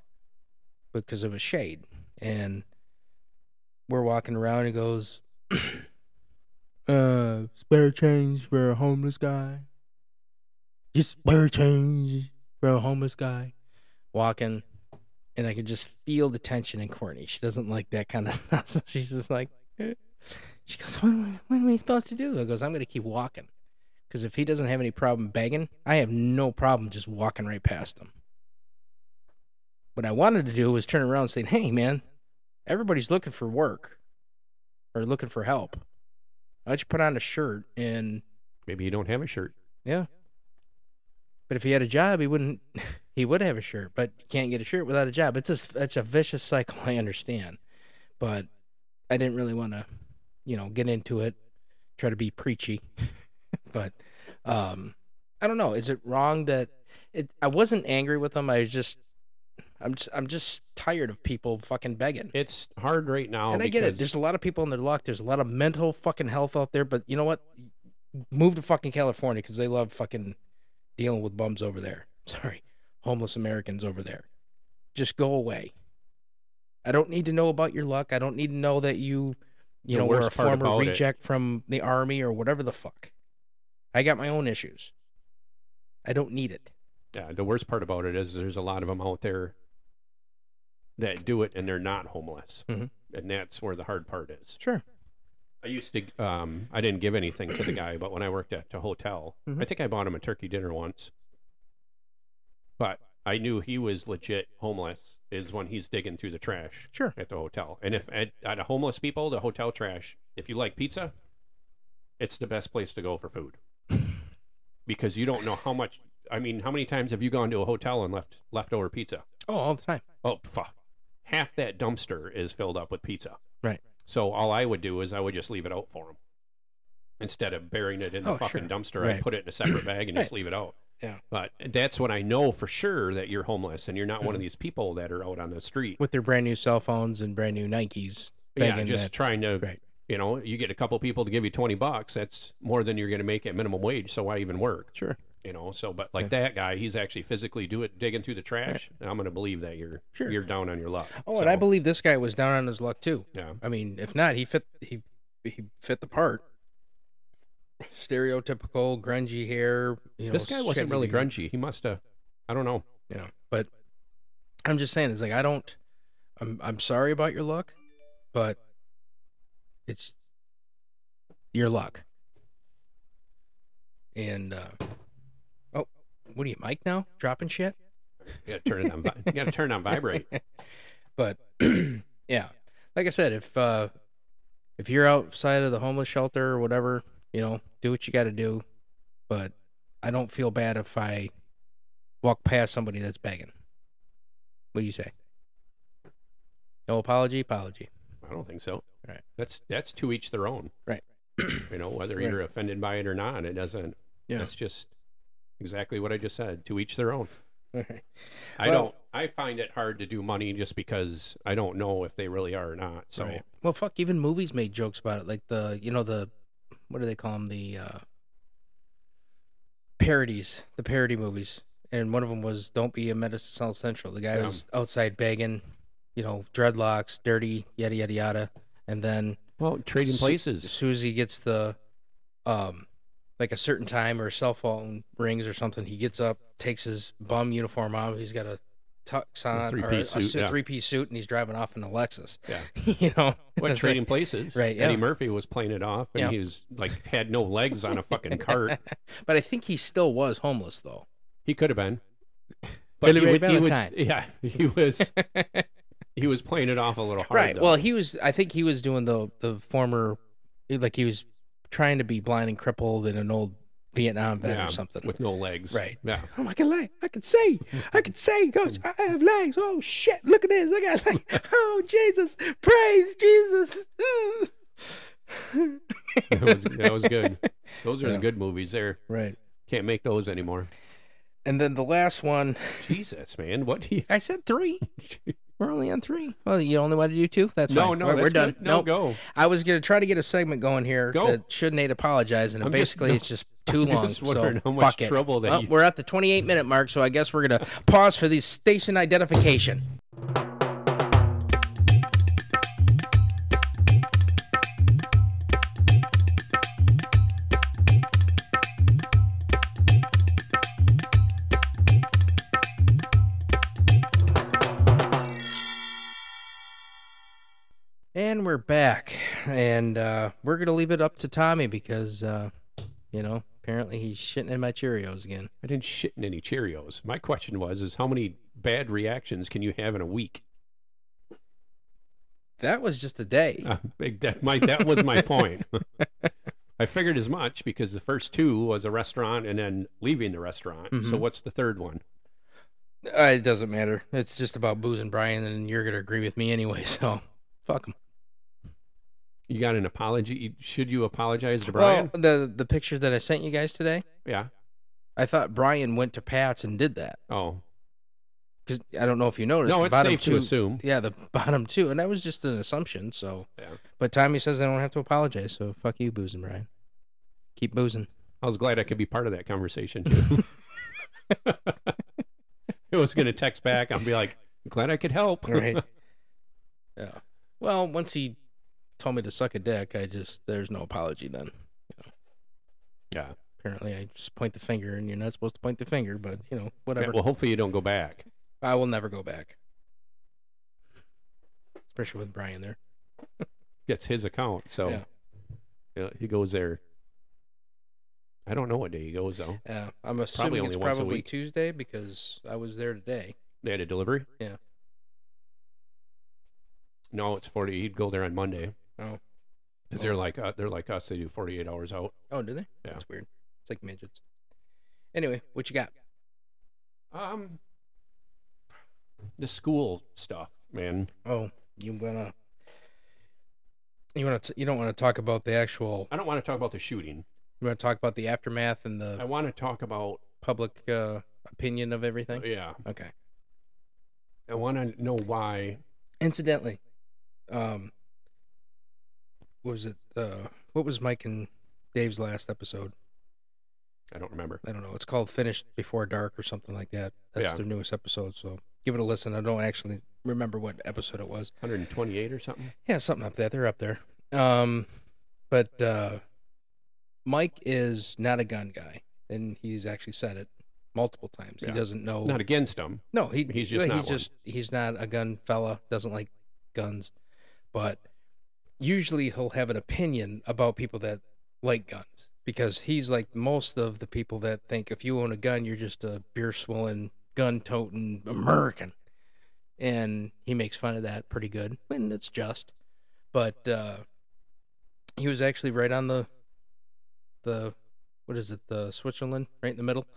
S1: because it was shade. And we're walking around. He goes, "Uh, spare change for a homeless guy." Just spare change for a homeless guy. Walking, and I could just feel the tension in Courtney. She doesn't like that kind of stuff. So she's just like, eh. she goes, "What am I, what am I supposed to do?" I goes, "I'm gonna keep walking, because if he doesn't have any problem begging, I have no problem just walking right past him." What I wanted to do was turn around and say, "Hey, man, everybody's looking for work or looking for help. Why don't you put on a shirt and
S4: Maybe you don't have a shirt.
S1: yeah." But if he had a job, he wouldn't. He would have a shirt, but you can't get a shirt without a job. It's a it's a vicious cycle. I understand, but I didn't really want to, you know, get into it. Try to be preachy, but um, I don't know. Is it wrong that it? I wasn't angry with them. I was just, I'm just, I'm just tired of people fucking begging
S4: It's hard right now.
S1: and I get it.
S4: Oh, because-
S1: There's a lot of people in their luck. There's a lot of mental fucking health out there. But you know what? Move to fucking California because they love fucking dealing with bums over there. Sorry, homeless Americans over there. Just go away. I don't need to know about your luck. I don't need to know that you, you
S4: The
S1: know, were
S4: worst
S1: a
S4: part
S1: former
S4: about it-
S1: reject from the army or whatever the fuck. I got my own issues. I don't need it.
S4: yeah, the worst part about it is there's a lot of them out there that do it and they're not homeless.
S1: Mhm.
S4: And that's where the hard part is.
S1: Sure.
S4: I used to, um, I didn't give anything to the guy, but when I worked at a hotel, I
S1: Mhm.
S4: think I bought him a turkey dinner once. But I knew he was legit homeless is when he's digging through the trash
S1: Sure.
S4: at the hotel. And if at, at a homeless people, the hotel trash, if you like pizza, it's the best place to go for food because you don't know how much. I mean, how many times have you gone to a hotel and left leftover pizza?
S1: Oh, all the time.
S4: Oh, fuck. Half that dumpster is filled up with pizza.
S1: Right.
S4: So all I would do is I would just leave it out for them. Instead of burying it in the
S1: Oh,
S4: fucking
S1: sure.
S4: dumpster, I
S1: Right.
S4: put it in a separate bag and just
S1: Right.
S4: leave it out.
S1: Yeah.
S4: But that's when I know for sure that you're homeless and you're not one of these people that are out on the street.
S1: Mm-hmm. With their brand new cell phones and brand new Nikes.
S4: Yeah,
S1: begging
S4: just
S1: that-
S4: trying to,
S1: Right.
S4: you know, you get a couple people to give you 20 bucks. That's more than you're going to make at minimum wage. So why even work?
S1: Sure.
S4: You know, so, but like that guy, he's actually physically do it, digging through the trash. I'm going to believe that you're,
S1: Sure.
S4: you're down on your luck.
S1: Oh, and I
S4: So,
S1: believe this guy was down on his luck too.
S4: Yeah.
S1: I mean, if not, he fit he he fit the part. Stereotypical grungy hair. You know,
S4: this guy wasn't really
S1: shaggy-
S4: grungy. He must have. I don't know.
S1: You know, but I'm just saying, it's like I don't. I'm I'm sorry about your luck, but it's your luck. And uh oh, what are you, Mike? Now dropping shit.
S4: You gotta turn it on. vi- you gotta turn it on vibrate.
S1: but yeah like i said if uh if you're outside of the homeless shelter or whatever you know do what you got to do but i don't feel bad if i walk past somebody that's begging what do you say no apology apology
S4: I don't think so.
S1: Right.
S4: That's that's to each their own.
S1: Right.
S4: You know whether
S1: Right.
S4: you're offended by it or not, it doesn't.
S1: Yeah.
S4: That's just exactly what I just said. To each their own.
S1: Alright.
S4: I
S1: Well-
S4: don't. I find it hard to do money just because I don't know if they really are or not. So
S1: Right. well fuck even movies made jokes about it like the you know the what do they call them the uh parodies the parody movies and one of them was don't be a menace to south central the guy
S4: Yeah.
S1: was outside begging you know dreadlocks dirty yada yada yada and then
S4: well, trading
S1: Su-
S4: places.
S1: susie gets the um like a certain time or cell phone rings or something he gets up takes his bum uniform off he's got a tux on or a,
S4: three-piece suit, yeah.
S1: three piece suit and he's driving off in a lexus
S4: Yeah.
S1: you know
S4: What
S1: It's like-
S4: trading places?
S1: Right,
S4: Eddie
S1: yeah.
S4: Murphy was playing it off, and
S1: Yeah.
S4: he was like had no legs on a fucking cart.
S1: but I think he still was homeless though.
S4: He could have been.
S1: Billy
S4: he
S1: Ray
S4: would- he would-
S1: Valentine.
S4: yeah, he was. he was playing it off a little hard.
S1: right.
S4: though.
S1: Well, he was. I think he was doing the the former, like he was trying to be blind and crippled in an old Vietnam vet
S4: Yeah,
S1: or something.
S4: with no legs.
S1: Right.
S4: Yeah.
S1: Oh, I can leg. I can see. I can see, coach. I have legs. Oh shit! Look at this. I got legs. Oh Jesus! Praise Jesus!
S4: That was, that was good. Those are the
S1: Yeah.
S4: good movies. There
S1: right.
S4: can't make those anymore.
S1: And then the last one.
S4: Jesus, man, what do you?
S1: I said three. We're only on three. Well, you only want to do two? That's
S4: No,
S1: fine.
S4: no,
S1: we're,
S4: that's
S1: we're done.
S4: good. No,
S1: Nope.
S4: go.
S1: I was gonna try to get a segment going here
S4: Go.
S1: that should Nate apologize, and
S4: I'm just-
S1: basically
S4: no,
S1: it's just too
S4: I'm
S1: long.
S4: just
S1: so
S4: wondering how much
S1: fuck it.
S4: trouble that
S1: Well,
S4: you-
S1: We're at the 28 minute mark, so I guess we're gonna pause for the station identification. And we're back, and uh, we're gonna leave it up to Tommy because, uh, you know, apparently he's shitting in my Cheerios again.
S4: I didn't shit in any Cheerios. My question was: Is how many bad reactions can you have in a week?
S1: That was just a day.
S4: Uh, that my that was my point. I figured as much because the first two was a restaurant and then leaving the restaurant. So
S1: Mhm. what's
S4: what's the third one?
S1: Uh, it doesn't matter. It's just about Booze and Brian, and you're gonna agree with me anyway. So fuck them.
S4: You got an apology? Should you apologize to Brian?
S1: Well, the the picture that I sent you guys today,
S4: yeah.
S1: I thought Brian went to Pat's and did that
S4: Oh
S1: because I don't know if you noticed.
S4: no,
S1: the
S4: it's
S1: bottom
S4: safe
S1: two,
S4: to assume.
S1: Yeah, the bottom two, and that was just an assumption. So,
S4: Yeah.
S1: but Tommy says I don't have to apologize. So fuck you, Booze and Brian. Keep boozing.
S4: I was glad I could be part of that conversation too. I was gonna text back. I'll be like, glad I could help.
S1: Right. yeah. Well, once he told me to suck a dick, I just there's no apology then.
S4: yeah.
S1: Apparently, I just point the finger, and you're not supposed to point the finger, but you know
S4: Yeah,
S1: whatever.
S4: Well, hopefully you don't go back.
S1: I will never go back, especially with Brian there.
S4: That's his account, so
S1: Yeah.
S4: yeah, he goes there. I don't know what day he goes though.
S1: Yeah, Uh, I'm assuming
S4: only
S1: it's
S4: once a
S1: probably
S4: week.
S1: Tuesday because I was there today.
S4: They had a delivery.
S1: Yeah.
S4: No, it's forty. He'd go there on Monday
S1: Oh,
S4: because they're like uh, they're like us. They do forty-eight hours out.
S1: oh, did they?
S4: Yeah.
S1: That's weird. It's like midgets. Anyway, what you got?
S4: Um, the school stuff, man.
S1: Oh, you wanna you wanna t- you don't wanna talk about the actual.
S4: I don't want to talk about the shooting.
S1: You wanna talk about the aftermath and the
S4: I want to talk about
S1: public uh, opinion of everything.
S4: Oh, yeah.
S1: Okay.
S4: I want to know why.
S1: Incidentally, um, what was it? Uh, what was Mike and Dave's last episode?
S4: I don't remember.
S1: I don't know. It's called "Finished Before Dark" or something like that. That's
S4: Yeah.
S1: their newest episode. So give it a listen. I don't actually remember what episode it was.
S4: One hundred and twenty-eight or something.
S1: Yeah, something up there. They're up there. Um, but uh, Mike is not a gun guy, and he's actually said it multiple times.
S4: Yeah.
S1: He doesn't know.
S4: Not against him.
S1: No, he, he's
S4: He's just
S1: just
S4: not
S1: he's
S4: one.
S1: just he's not a gun fella. Doesn't like guns, but usually he'll have an opinion about people that like guns because he's like most of the people that think if you own a gun, you're just a beer swilling, gun toting American, and he makes fun of that pretty good, and it's just. But uh, he was actually right on the the what is it the Switzerland right in the middle.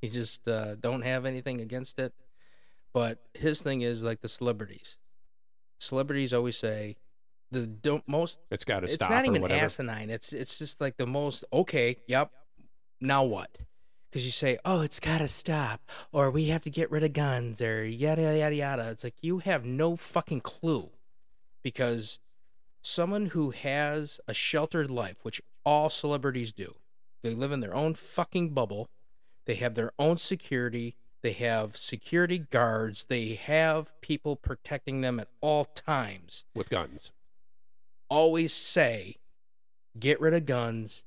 S1: He just uh, don't have anything against it. But his thing is like the celebrities. Celebrities always say the don't most.
S4: It's got to
S1: It's
S4: stop
S1: not
S4: or
S1: even
S4: whatever.
S1: asinine. It's it's just like the most okay. Yep. Now what? Because you say, oh, it's gotta stop, or we have to get rid of guns, or yada yada yada. It's like you have no fucking clue, because someone who has a sheltered life, which all celebrities do, they live in their own fucking bubble. They have their own security. They have security guards. They have people protecting them at all times.
S4: with guns.
S1: Always say, get rid of guns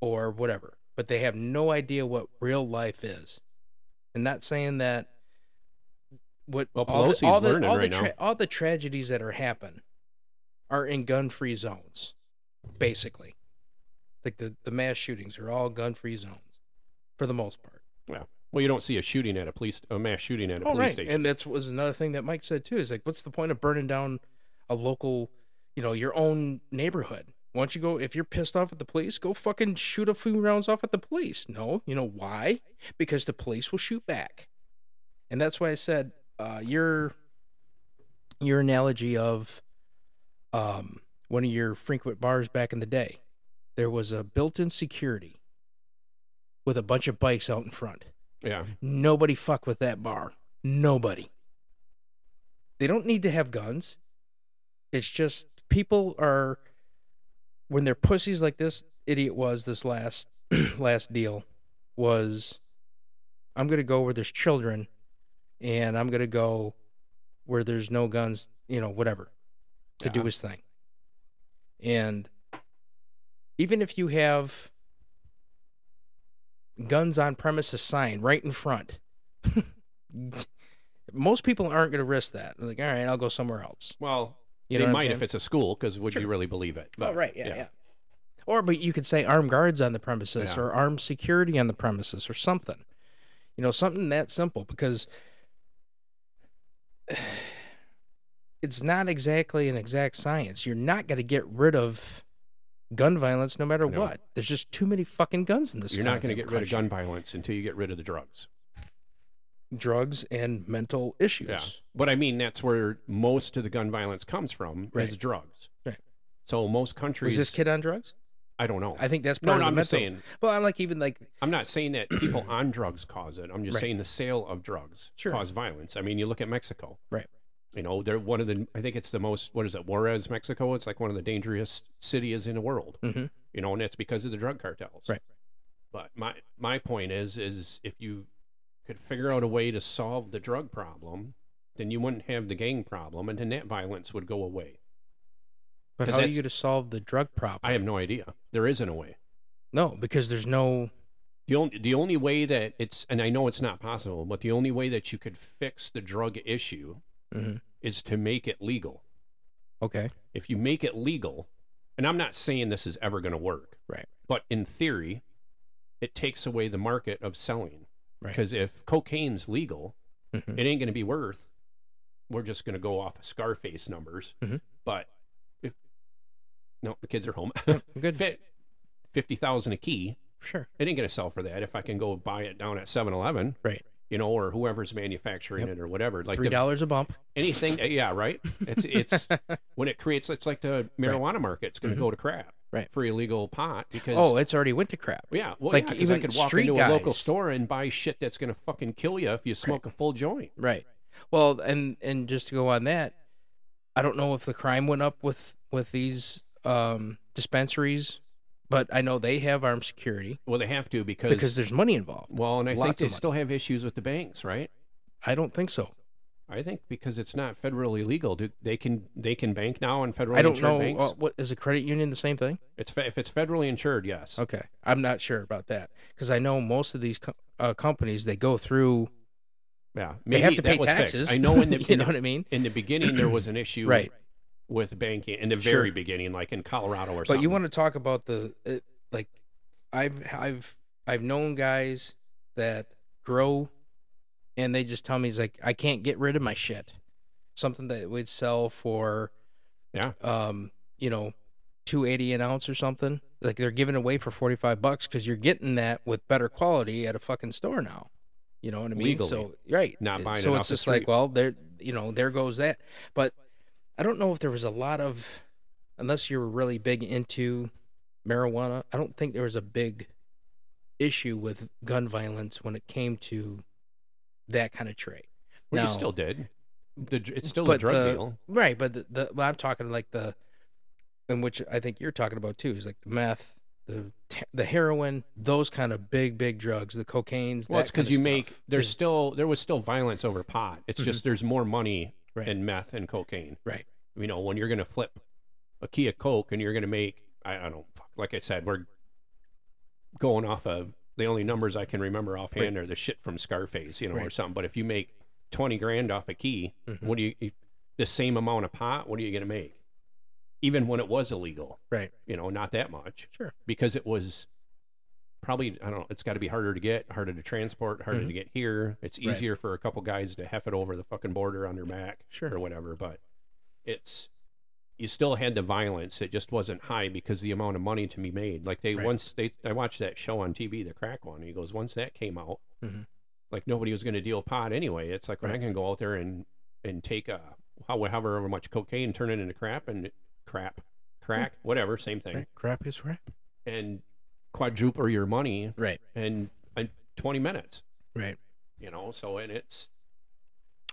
S1: or whatever. But they have no idea what real life is. And not saying that what
S4: Well,
S1: all
S4: Pelosi's
S1: the, all the,
S4: learning
S1: all the
S4: right now.
S1: all the tragedies that are happen are in gun free zones, basically. Like the, the mass shootings are all gun free zones for the most part.
S4: Yeah. Well, you don't see a shooting at a police, a mass shooting at a police station.
S1: Oh, And that's was another thing that Mike said too. Is like, what's the point of burning down a local, you know, your own neighborhood? Why don't you go if you're pissed off at the police, go fucking shoot a few rounds off at the police. No, you know why? Because the police will shoot back. And that's why I said uh, your your analogy of um, one of your frequent bars back in the day, there was a built-in security with a bunch of bikes out in front.
S4: yeah.
S1: Nobody fuck with that bar. Nobody. They don't need to have guns. It's just people are when they're pussies like this idiot was this last last deal was I'm gonna go where there's children and I'm gonna go where there's no guns, you know, whatever. To do
S4: Yeah.
S1: his thing. And even if you have guns on premises sign right in front. Most people aren't going to risk that. They're like, all right, I'll go somewhere else.
S4: Well,
S1: You know
S4: they
S1: what I'm
S4: might if
S1: saying?
S4: it's a school, because would you
S1: Sure.
S4: really believe it?
S1: oh, right, yeah, yeah, Or, but you could say armed guards on the premises,
S4: Yeah.
S1: or armed security on the premises, or something. You know, something that simple because it's not exactly an exact science. You're not going to get rid of gun violence no matter
S4: No.
S1: what. There's just too many fucking guns in this.
S4: You're not going to
S1: goddamn
S4: get rid of
S1: country.
S4: gun violence until you get rid of the drugs.
S1: drugs and mental issues.
S4: Yeah. But I mean, that's where most of the gun violence comes from is
S1: Right.
S4: drugs.
S1: Right.
S4: So most countries,
S1: Was this kid on drugs?
S4: I don't know.
S1: I think that's
S4: No,
S1: part
S4: no,
S1: of the
S4: I'm just
S1: mental.
S4: saying.
S1: Well, I'm like even like
S4: I'm not saying that people on drugs cause it. I'm just
S1: Right.
S4: saying the sale of drugs
S1: Sure.
S4: cause violence. I mean, you look at Mexico.
S1: Right.
S4: You know, they're one of the. I think it's the most. What is it, Juarez, Mexico? It's like one of the dangerous cities in the world.
S1: Mhm.
S4: You know, and that's because of the drug cartels.
S1: Right.
S4: But my my point is, is if you could figure out a way to solve the drug problem, then you wouldn't have the gang problem, and then that violence would go away.
S1: But
S4: 'Cause
S1: how are you
S4: that's-
S1: going to solve the drug problem?
S4: I have no idea. There isn't a way.
S1: no, because there's no
S4: The only the only way that it's and I know it's not possible, but the only way that you could fix the drug issue
S1: Mhm.
S4: is to make it legal.
S1: okay,
S4: If you make it legal, and I'm not saying this is ever going to work,
S1: right,
S4: but in theory, it takes away the market of selling
S1: right.
S4: because if cocaine's legal,
S1: Mhm.
S4: it ain't going to be worth. We're just going to go off of Scarface numbers,
S1: Mhm.
S4: but if no, the kids are home.
S1: I'm good.
S4: Fit fifty thousand a key.
S1: Sure.
S4: It ain't going to sell for that. If I can go buy it down at 7-Eleven,
S1: Right.
S4: you know, or whoever's manufacturing
S1: Yep.
S4: it or whatever. Like
S1: Three
S4: the-
S1: dollars a bump.
S4: anything, eh, yeah, right. It's it's when it creates. It's like the marijuana market's going to
S1: Mhm.
S4: go to crap,
S1: Right.
S4: For illegal pot because
S1: Oh, it's already went to crap.
S4: yeah, well,
S1: like,
S4: yeah, 'cause I
S1: even
S4: could walk
S1: street
S4: into a local
S1: guys.
S4: store and buy shit that's going to fucking kill you if you smoke a full joint.
S1: Right. Well, and and just to go on that, I don't know if the crime went up with with these um dispensaries, but I know they have armed security
S4: Well, they have to because,
S1: because there's money involved.
S4: well, and I think
S1: lots
S4: they
S1: of money.
S4: still have issues with the banks, right?
S1: I don't think so.
S4: I think because it's not federally legal, do, they can they can bank now on federally
S1: I don't
S4: insured
S1: know.
S4: banks.
S1: uh, what is a credit union the same thing?
S4: It's fe- if it's federally insured, yes.
S1: Okay, I'm not sure about that because I know most of these co- uh, companies they go through.
S4: Yeah,
S1: They have
S4: Maybe
S1: to
S4: that
S1: pay
S4: was fixed.
S1: taxes.
S4: I know in the
S1: you know what I mean,
S4: in the beginning there was an issue
S1: right?
S4: with banking in the
S1: Sure.
S4: very beginning, like in Colorado or something.
S1: But you want to talk about the uh, like, I've I've I've known guys that grow, and they just tell me it's like I can't get rid of my shit. Something that would sell for,
S4: Yeah.
S1: um, you know, two eighty an ounce or something. Like they're giving away for forty five bucks because you're getting that with better quality at a fucking store now. You know what I mean?
S4: Legally.
S1: So right,
S4: Not buying
S1: So it's
S4: it off the
S1: just like,
S4: street.
S1: well, there, you know, there goes that. But I don't know if there was a lot of, unless you're really big into marijuana, I don't think there was a big issue with gun violence when it came to that kind of trade.
S4: well, you
S1: Now-
S4: still did. The, dr- it's still a
S1: but
S4: drug
S1: the-
S4: deal.
S1: Right, but the, the well, I'm talking like the, and which I think you're talking about too is like the meth, the t- the heroin, those kind of big big drugs, the cocaines.
S4: Well, it's
S1: because
S4: because you make there's
S1: Is,
S4: still there was still violence over pot. It's
S1: Mhm.
S4: just there's more money
S1: Right.
S4: in meth and cocaine.
S1: right,
S4: You know when you're going to flip a key of coke and you're going to make I, I don't fuck, like I said we're going off of the only numbers I can remember offhand are the shit from Scarface, you know, or
S1: Right. Mm-hmm.
S4: something. But if you make twenty grand off a key, what do you- you the same amount of pot? What are you going to make? Even when it was illegal,
S1: right,
S4: you know, not that much
S1: sure,
S4: because it was probably I don't know. It's got to be harder to get, harder to transport, harder to get here. It's
S1: Mm-hmm. Right.
S4: easier for a couple guys to hef it over the fucking border on their back,
S1: Sure.
S4: or whatever. But it's you still had the violence. It just wasn't high because the amount of money to be made. Like they
S1: Right.
S4: once they I watched that show on TV, the crack one. He goes once that came out,
S1: Mhm.
S4: like nobody was going to deal pot anyway. It's like when I
S1: Right.
S4: can go out there and and take a how- however much cocaine, turn it into crap and crap, crack, whatever, same thing
S1: right. Crap is crap.
S4: and quadruple your money
S1: Right,
S4: in, in 20 minutes,
S1: right.
S4: you know? So, and it's,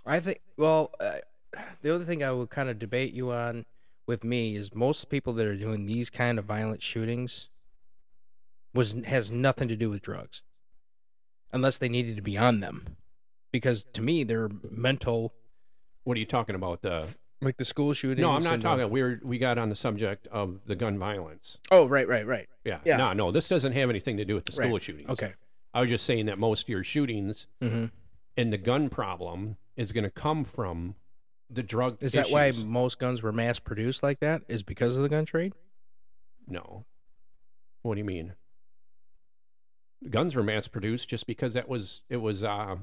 S1: I think. Well, uh, the other thing I would kind of debate you on with me is most people that are doing these kind of violent shootings was has nothing to do with drugs, unless they needed to be on them, because to me they're mental.
S4: what are you talking about? The,
S1: Like the school shootings.
S4: no, I'm not
S1: and the-
S4: talking. We're, we got on the subject of the gun violence.
S1: Oh, right, right, right.
S4: Yeah.
S1: Yeah.
S4: No, no, this doesn't have anything to do with the school
S1: Right.
S4: shootings.
S1: Okay.
S4: I was just saying that most of your shootings
S1: hmm
S4: and the gun problem is going to come from the drug.
S1: Is that why
S4: issues.
S1: most guns were mass produced like that? Is because of the gun trade?
S4: No. What do you mean? guns were mass produced just because that was it was uh,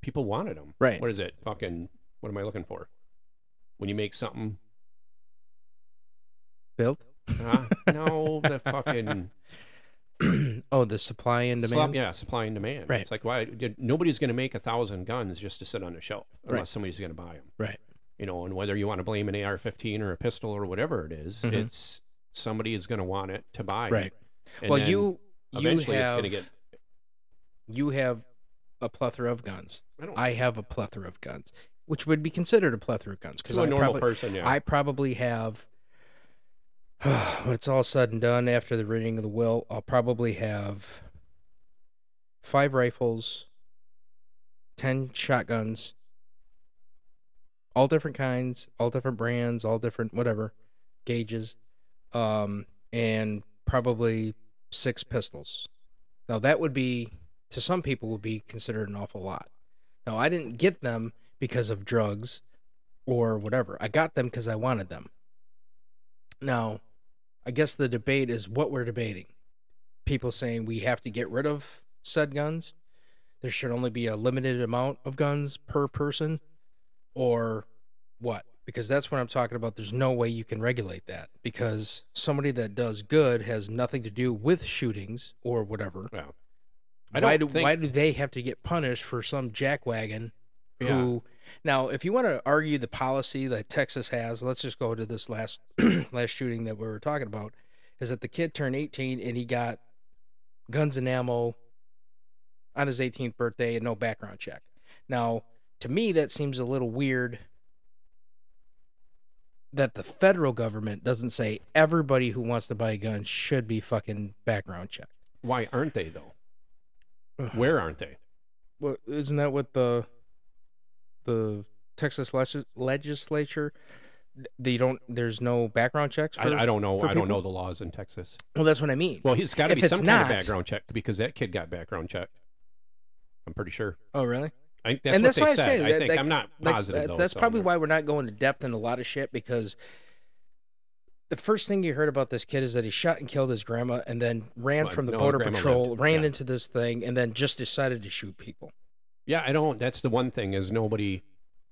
S4: people wanted them.
S1: Right.
S4: What is it? Fucking. What am I looking for? When you make something,
S1: Built.
S4: uh, no, the fucking
S1: oh, the supply and
S4: Sup-
S1: demand.
S4: yeah, supply and demand.
S1: Right.
S4: It's like why did, nobody's going to make a thousand guns just to sit on a shelf unless
S1: Right.
S4: somebody's going to buy them.
S1: Right.
S4: You know, and whether you want to blame an AR-15 or a pistol or whatever it is,
S1: Mhm.
S4: it's somebody is going to want it to buy. it.
S1: Right.
S4: And
S1: well,
S4: then
S1: you you
S4: eventually it's
S1: have
S4: going to get.
S1: you have a plethora of guns.
S4: I don't.
S1: I have a plethora of guns, which would be considered a plethora of guns because
S4: to a
S1: I
S4: normal
S1: probably
S4: person, yeah.
S1: I probably have. when it's all said and done after the reading of the will, I'll probably have five rifles, ten shotguns, all different kinds, all different brands, all different whatever gauges, um, and probably six pistols. Now that would be to some people would be considered an awful lot. Now I didn't get them because of drugs or whatever. I got them because I wanted them. Now, I guess the debate is what we're debating. People saying we have to get rid of said guns. There should only be a limited amount of guns per person, or what? Because that's what I'm talking about. There's no way you can regulate that because somebody that does good has nothing to do with shootings or whatever.
S4: Well,
S1: why do
S4: don't think-
S1: why do they have to get punished for some jackwagon
S4: Yeah.
S1: who now if you want to argue the policy that Texas has, let's just go to this last last shooting that we were talking about, is that the kid turned eighteen and he got guns and ammo on his eighteenth birthday and no background check. Now, to me that seems a little weird that the federal government doesn't say everybody who wants to buy a gun should be fucking background checked.
S4: Why aren't they though? Where aren't they?
S1: Well, isn't that what the the Texas legis- legislature? They don't. There's no background checks. For,
S4: I, I don't know.
S1: for
S4: I don't know
S1: people?
S4: the laws in Texas.
S1: Well, that's what I mean.
S4: Well, he's got to
S1: If
S4: be
S1: it's
S4: some kind
S1: not-
S4: of background check because that kid got background checked. I'm pretty sure.
S1: oh, really?
S4: I think that's
S1: and
S4: what
S1: that's
S4: they
S1: why
S4: said.
S1: I say that,
S4: I think
S1: that-
S4: I'm not
S1: that-
S4: positive
S1: that-
S4: though.
S1: that's
S4: so
S1: probably
S4: I'm-
S1: why we're not going to depth in a lot of shit because the first thing you heard about this kid is that he shot and killed his grandma and then ran
S4: Well,
S1: from the
S4: no,
S1: border
S4: grandma
S1: patrol,
S4: lived.
S1: ran
S4: Yeah.
S1: into this thing, and then just decided to shoot people.
S4: Yeah, I don't. That's the one thing is nobody.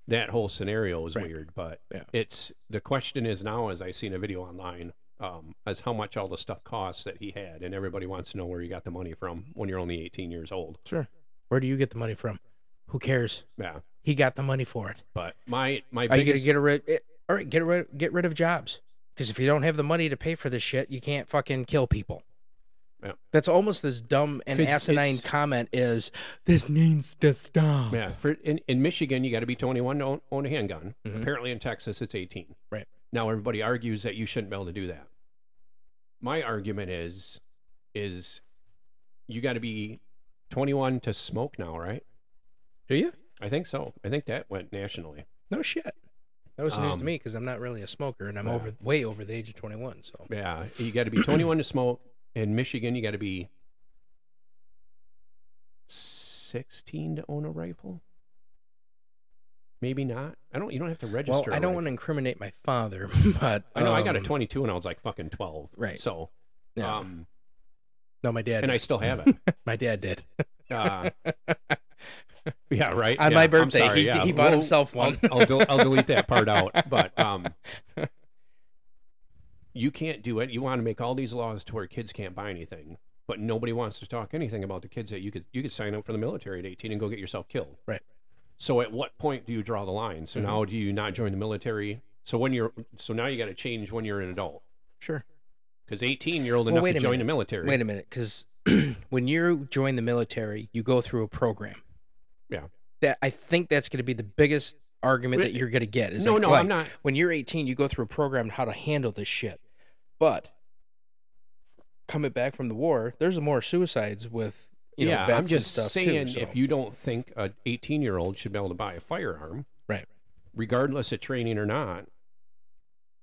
S4: That whole scenario is
S1: Right.
S4: weird, but
S1: Yeah.
S4: it's the question is now, as I seen a video online, um, as how much all the stuff costs that he had, and everybody wants to know where he got the money from when you're only 18 years old.
S1: Sure. Where do you get the money from? Who cares?
S4: Yeah,
S1: He got the money for it.
S4: but my my
S1: Are you gonna
S4: biggest,
S1: get rid? eh, All right, get rid, get rid of jobs because if you don't have the money to pay for this shit, you can't fucking kill people.
S4: Yeah.
S1: That's almost as dumb and
S4: 'Cause
S1: asinine
S4: it's-
S1: comment is this needs to
S5: oh,
S1: stop.
S4: yeah for in, in Michigan you got to be 21 to own, own a handgun.
S1: Mhm.
S4: Apparently in Texas it's 18.
S1: Right.
S4: Now everybody argues that you shouldn't be able to do that. My argument is, is you got to be 21 to smoke now, right?
S1: Do you?
S4: I think so. I think that went nationally.
S1: No shit. That was news to
S4: Um,
S1: me because I'm not really a smoker and I'm
S4: yeah.
S1: over way over the age of 21. So
S4: Yeah, you got to be 21 to smoke. In Michigan, you got to be 16 to own a rifle. Maybe not. I don't. You don't have to
S1: well,
S4: register.
S1: I
S4: a
S1: don't
S4: rifle.
S1: want to incriminate my father, but
S4: I know I got a
S1: um,
S4: 22 and I was like fucking 12.
S1: Right.
S4: So,
S1: yeah.
S4: um,
S1: no, my dad.
S4: and I
S1: did.
S4: still have it.
S1: my dad did
S4: Uh, yeah. Right.
S1: on
S4: yeah,
S1: my
S4: I'm
S1: birthday.
S4: sorry,
S1: he,
S4: yeah.
S1: he bought
S4: Well,
S1: himself
S4: I'll,
S1: one.
S4: I'll, del- I'll delete that part out. But um, you can't do it. You want to make all these laws to where kids can't buy anything, but nobody wants to talk anything about the kids that you could you could sign up for the military at 18 and go get yourself killed.
S1: Right.
S4: So at what point do you draw the line? So
S1: Mhm.
S4: now do you not join the military? So when you're so now you got to change when you're an adult
S1: sure.
S4: because 18 you're old
S1: Well,
S4: enough
S1: wait
S4: to
S1: a
S4: join
S1: minute.
S4: the military.
S1: Wait a minute, because when you join the military, you go through a program.
S4: Yeah.
S1: That I think that's going to be the biggest argument that you're going to get. Is
S4: No,
S1: like,
S4: no,
S1: like,
S4: I'm not.
S1: When you're 18, you go through a program on how to handle this shit. But coming back from the war, there's more suicides with you know
S4: yeah,
S1: vets
S4: I'm just
S1: and stuff
S4: saying
S1: too. So.
S4: if you don't think a 18 year old should be able to buy a firearm,
S1: right,
S4: regardless of training or not,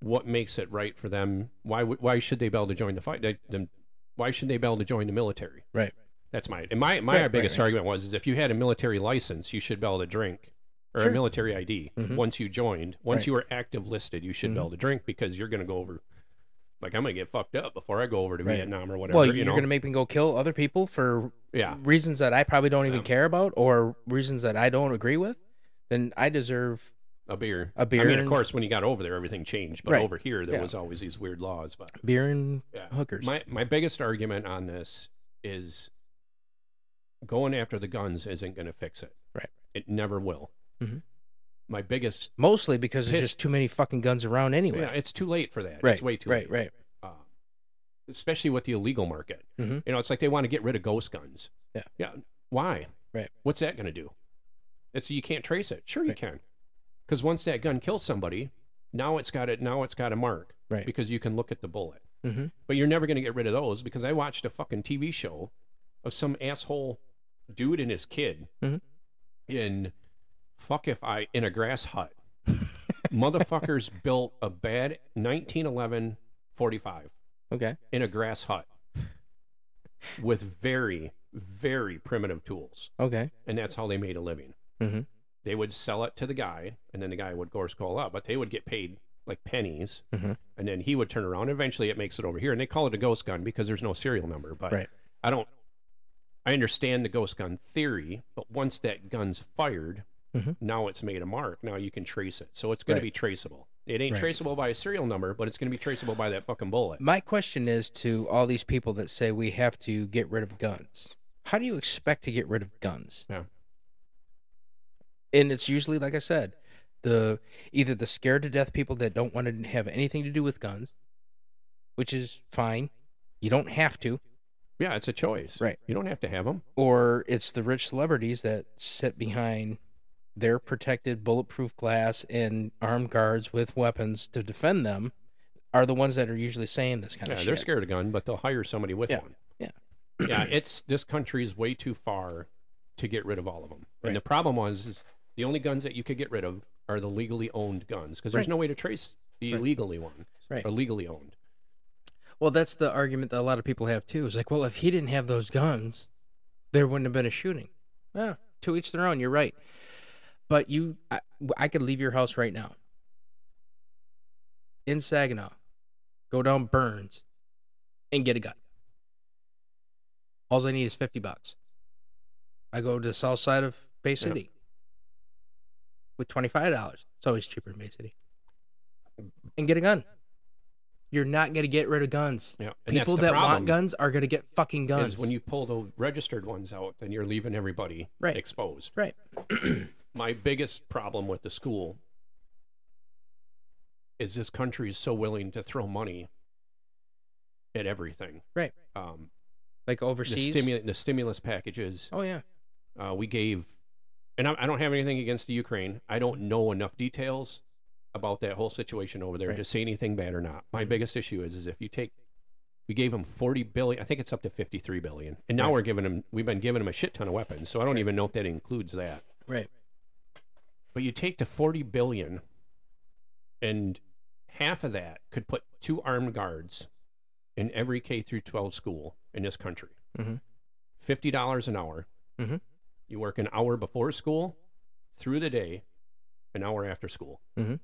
S4: what makes it right for them? Why would why should they be able to join the fight? They, them, why should they be able to join the military?
S1: right,
S4: That's my and my my
S1: Right, right,
S4: biggest
S1: right.
S4: argument was is if you had a military license, you should be able to drink or
S1: Sure.
S4: a military ID
S1: Mhm.
S4: once you joined. Once
S1: Right. Mm-hmm.
S4: you were active listed, you should be able to drink because you're going to go over Like I'm gonna get fucked up before I go over to
S1: Right.
S4: Vietnam or whatever.
S1: Well,
S4: you
S1: you're
S4: know.
S1: gonna make me go kill other people for
S4: Yeah.
S1: reasons that I probably don't even
S4: Yeah.
S1: care about or reasons that I don't agree with. Then I deserve
S4: A beer.
S1: A beer
S4: I mean, of
S1: and-
S4: course, when you got over there, everything changed. But
S1: Right.
S4: over here, there
S1: Yeah.
S4: was always these weird laws. But
S1: beer and
S4: yeah.
S1: hookers.
S4: My my biggest argument on this is going after the guns isn't going to fix it.
S1: Right.
S4: It never will.
S1: Mhm.
S4: My biggest
S1: Mostly because there's
S4: Piss.
S1: just too many fucking guns around anyway.
S4: yeah, it's too late for that.
S1: right.
S4: It's way too
S1: right.
S4: late.
S1: Right.
S4: Uh, especially with the illegal market.
S1: Mhm.
S4: You know, it's like they want to get rid of ghost guns.
S1: Yeah.
S4: Yeah. Why?
S1: Right.
S4: What's that going to do? It's you can't trace it. Sure, you
S1: Right.
S4: can. Because once that gun kills somebody, now it's got it. Now it's got a mark.
S1: Right.
S4: Because you can look at the bullet.
S1: Mhm.
S4: But you're never going to get rid of those because I watched a fucking TV show of some asshole dude and his kid
S1: Mhm.
S4: in fuck if I in a grass hut. Motherfuckers built a bad 1911 45
S1: Okay.
S4: in a grass hut with very, very primitive tools.
S1: Okay.
S4: And that's how they made a living.
S1: Mm-hmm.
S4: They would sell it to the guy, and then the guy would, of course, call up, but they would get paid like pennies.
S1: Mhm.
S4: And then he would turn around. Eventually, it makes it over here. And they call it a ghost gun because there's no serial number. But
S1: Right.
S4: I don't, I understand the ghost gun theory, but once that gun's fired,
S1: Mhm.
S4: now it's made a mark. Now you can trace it. So it's going
S1: Right.
S4: to be traceable. It ain't
S1: Right.
S4: traceable by a serial number, but it's going to be traceable by that fucking bullet.
S1: My question is to all these people that say we have to get rid of guns. How do you expect to get rid of guns?
S4: Yeah.
S1: And it's usually like I said, the either the scared to death people that don't want to have anything to do with guns, which is fine. You don't have to,
S4: Yeah, it's a choice.
S1: Right.
S4: You don't have to have them.
S1: or it's the rich celebrities that sit behind their protected bulletproof glass and armed guards with weapons to defend them are the ones that are usually saying this kind
S4: Yeah,
S1: of shit.
S4: they're scared of gun, but they'll hire somebody with
S1: Yeah,
S4: one.
S1: yeah.
S4: yeah, it's this country's way too far to get rid of all of them.
S1: Right.
S4: And the problem was is the only guns that you could get rid of are the legally owned guns because there's
S1: Right.
S4: no way to trace the
S1: Right.
S4: illegally one
S1: Right.
S4: or legally owned.
S1: Well, that's the argument that a lot of people have too. Is like, well, if he didn't have those guns, there wouldn't have been a shooting. Yeah, to each their own. You're right. But you, I, I could leave your house right now in Saginaw, go down Burns, and get a gun. All I need is fifty bucks. I go to the south side of Bay City with twenty five dollars. It's always cheaper in Bay City, and get a gun. You're not gonna get rid of guns.
S4: Yeah, and
S1: People
S4: that's the
S1: that
S4: problem,
S1: want guns are gonna get fucking guns.
S4: Is when you pull the registered ones out, then you're leaving everybody
S1: Right.
S4: exposed.
S1: right,
S4: my biggest problem with the school is this country is so willing to throw money at everything.
S1: right,
S4: Um,
S1: like
S4: the,
S1: overseas.
S4: stimu- the stimulus packages
S1: oh yeah,
S4: uh, we gave, and I, I don't have anything against the Ukraine. I don't know enough details about that whole situation over there
S1: Right. Mm-hmm.
S4: to say anything bad or not. My biggest issue is, is if you take, we gave them 40 billion, I think it's up to 53 billion. And now
S1: Right.
S4: we're giving them, we've been giving them a shit ton of weapons. So I don't even know if that includes that.
S1: right,
S4: But you take the 40 billion and half of that could put two armed guards in every K through 12 school in this country.
S1: Mhm.
S4: $50 an hour.
S1: Mhm.
S4: You work an hour before school, through the day, an hour after school.
S1: Mhm.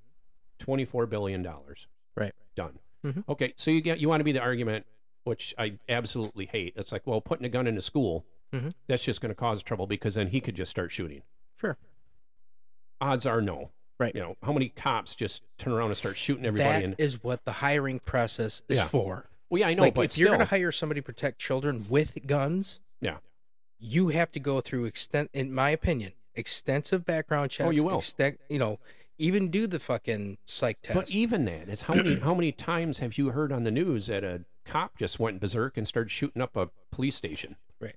S4: $24 billion dollars
S1: right,
S4: done.
S1: Mhm.
S4: Okay, so you get you want to be the argument which I absolutely hate. It's like, well, putting a gun in a school,
S1: Mhm.
S4: that's just going to cause trouble because then he could just start shooting
S1: sure,
S4: odds are no.
S1: right.
S4: You know, how many cops just turn around and start shooting everybody?
S1: That
S4: and
S1: is what the hiring process is
S4: Yeah.
S1: for.
S4: well, yeah, I know,
S1: like,
S4: but
S1: if you're gonna
S4: still-
S1: hire somebody to protect children with guns,
S4: yeah,
S1: you have to go through extent, in my opinion, extensive background checks.
S4: Oh, you will.
S1: Exten- you know, even do the fucking psych test.
S4: but e-, even that is how many how many times have you heard on the news that a cop just went berserk and started shooting up a police station
S1: right,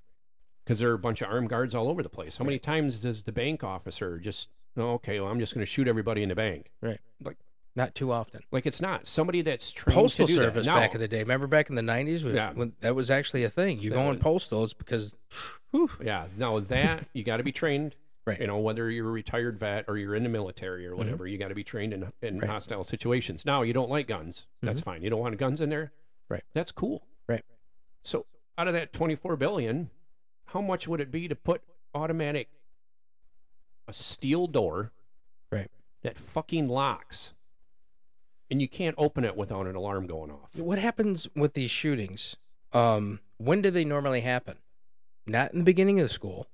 S4: because there are a bunch of armed guards all over the place? How many times does the bank officer just "Oh, okay? Well, I'm just going to shoot everybody in the bank.
S1: right,
S4: Like,
S1: not too often.
S4: like it's not somebody that's trained
S1: postal
S4: to do
S1: service
S4: that.
S1: back in the day. Remember back in the nineties when,
S4: Yeah.
S1: when that was actually a thing. You
S4: That
S1: go on
S4: was-
S1: postal, it's because whew,
S4: Yeah, now that you got to be trained.
S1: Right. Mm-hmm.
S4: You know, whether you're a retired vet or you're in the military or whatever, you got to be trained in, in
S1: Right. Mm-hmm.
S4: hostile situations. Now, you don't like guns. That's fine. You don't want guns in there.
S1: Right.
S4: That's cool.
S1: Right.
S4: So, out of that 24 billion, how much would it be to put automatic a steel door
S1: right,
S4: that fucking locks and you can't open it without an alarm going off.
S1: What happens with these shootings? Um, when do they normally happen? Not in the beginning of the school,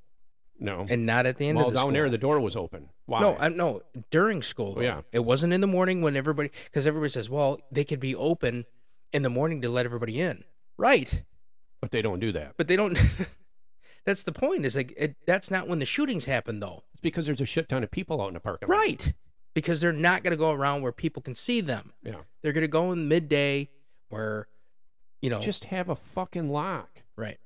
S4: No.
S1: and not at the end
S4: well,
S1: of the
S4: down
S1: school.
S4: there, the door was open. Why?
S1: No, I'm, no, during school.
S4: Oh,
S1: Though.
S4: yeah.
S1: it wasn't in the morning when everybody because everybody says, well, they could be open in the morning to let everybody in, right?
S4: but they don't do that.
S1: But they don't. that's the point. Is like it, that's not when the shootings happen, though,
S4: It's because there's a shit ton of people out in the parking lot.
S1: right? Because they're not going to go around where people can see them.
S4: Yeah.
S1: They're going to go in midday where, you know,
S4: Just have a fucking lock.
S1: right.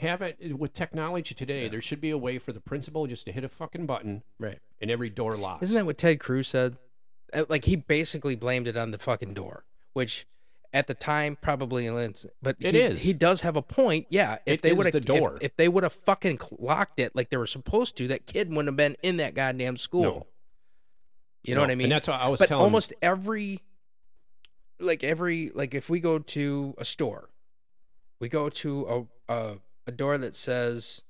S4: Have it with technology today.
S1: Yeah.
S4: There should be a way for the principal just to hit a fucking button
S1: Right.
S4: and every door locks.
S1: Isn't that what Ted Cruz said? Uh, Like he basically blamed it on the fucking door, which at the time probably lends. But
S4: It
S1: he,
S4: is.
S1: he does have a point. Yeah, if
S4: It
S1: they
S4: is
S1: would have
S4: the door.
S1: if, if they would have fucking cl- locked it like they were supposed to, that kid wouldn't have been in that goddamn school.
S4: No.
S1: You know
S4: No.
S1: what I mean?
S4: And that's what I was
S1: but
S4: telling
S1: almost every like every like if we go to a store we go to a a, a door that says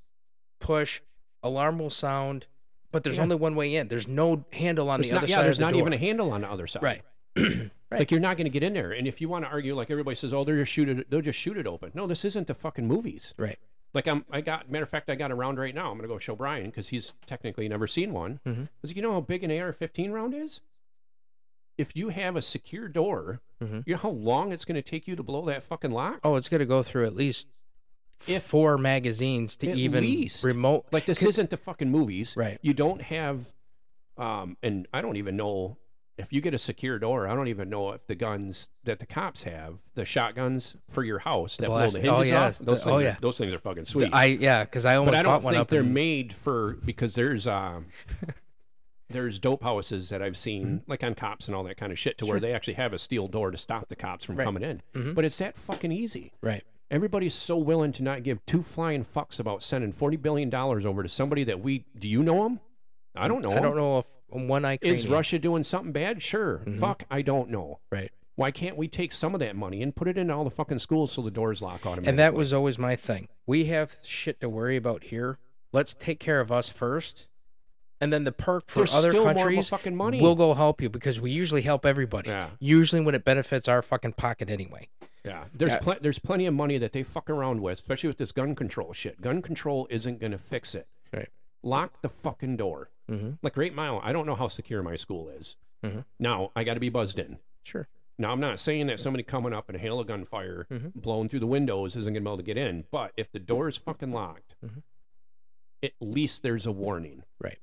S1: push alarm will sound but there's
S4: Yeah.
S1: only one way in there's no handle on
S4: There's
S1: the
S4: not-
S1: other
S4: yeah,
S1: side
S4: there's
S1: of the
S4: not
S1: door.
S4: even a handle on the other side.
S1: right
S4: Like you're not going to get in there. And if you want to argue, like everybody says, oh, they're just shoot it, they'll just shoot it open. No, this isn't the fucking movies.
S1: right
S4: Like I'm, I got matter of fact, I got a round right now. I'm going to go show Brian because he's technically never seen one.
S1: Mhm.
S4: Because you know how big an AR-15 round is. If you have a secure door,
S1: Mhm.
S4: you know how long it's going to take you to blow that fucking lock.
S1: oh it's gonna go through at least
S4: If-
S1: four magazines to
S4: at
S1: even
S4: least.
S1: remote
S4: Like this
S1: Could-
S4: isn't the fucking movies.
S1: Right.
S4: You don't have, um, and I don't even know if you get a secure door. I don't even know if the guns that the cops have, the shotguns for your house that
S1: Blast-
S4: blow the hinges
S1: oh, yeah,
S4: off. Those
S1: the-
S4: things
S1: oh,
S4: are,
S1: yeah.
S4: Those things are fucking sweet.
S1: i yeah because i almost
S4: but I
S1: bought
S4: don't
S1: one
S4: think
S1: up
S4: they're
S1: in-
S4: made for because there's um, there's dope houses that I've seen
S1: Hmm.
S4: like on cops and all that kind of shit to where they actually have a steel door to stop the cops from
S1: Right. Mm-hmm.
S4: coming in. But it's that fucking easy.
S1: right
S4: Everybody's so willing to not give two flying fucks about sending forty billion dollars over to somebody that we do you know him? I don't know.
S1: i don't
S4: him.
S1: know if one i
S4: Is Russia doing something bad? Sure.
S1: Mm-hmm.
S4: Fuck, I don't know.
S1: right
S4: Why can't we take some of that money and put it into all the fucking schools so the doors lock automatically?
S1: And that was always my thing. We have shit to worry about here. Let's take care of us first. And then the perk for
S4: There's
S1: other
S4: still more of a
S1: countries,
S4: fucking money.
S1: we'll go help you because we usually help everybody.
S4: Yeah.
S1: Usually when it benefits our fucking pocket anyway.
S4: yeah. There's
S1: Yeah.
S4: pl- there's plenty of money that they fuck around with, especially with this gun control shit. Gun control isn't gonna fix it.
S1: Right.
S4: Lock the fucking door.
S1: Mm-hmm.
S4: Like Great Mile, I don't know how secure my school is.
S1: Mhm.
S4: Now I got to be buzzed in.
S1: Sure.
S4: Now, I'm not saying that somebody coming up and a hail of gunfire
S1: Mhm.
S4: blowing through the windows isn't going to be able to get in, but if the door is fucking locked,
S1: Mhm.
S4: at least there's a warning.
S1: Right.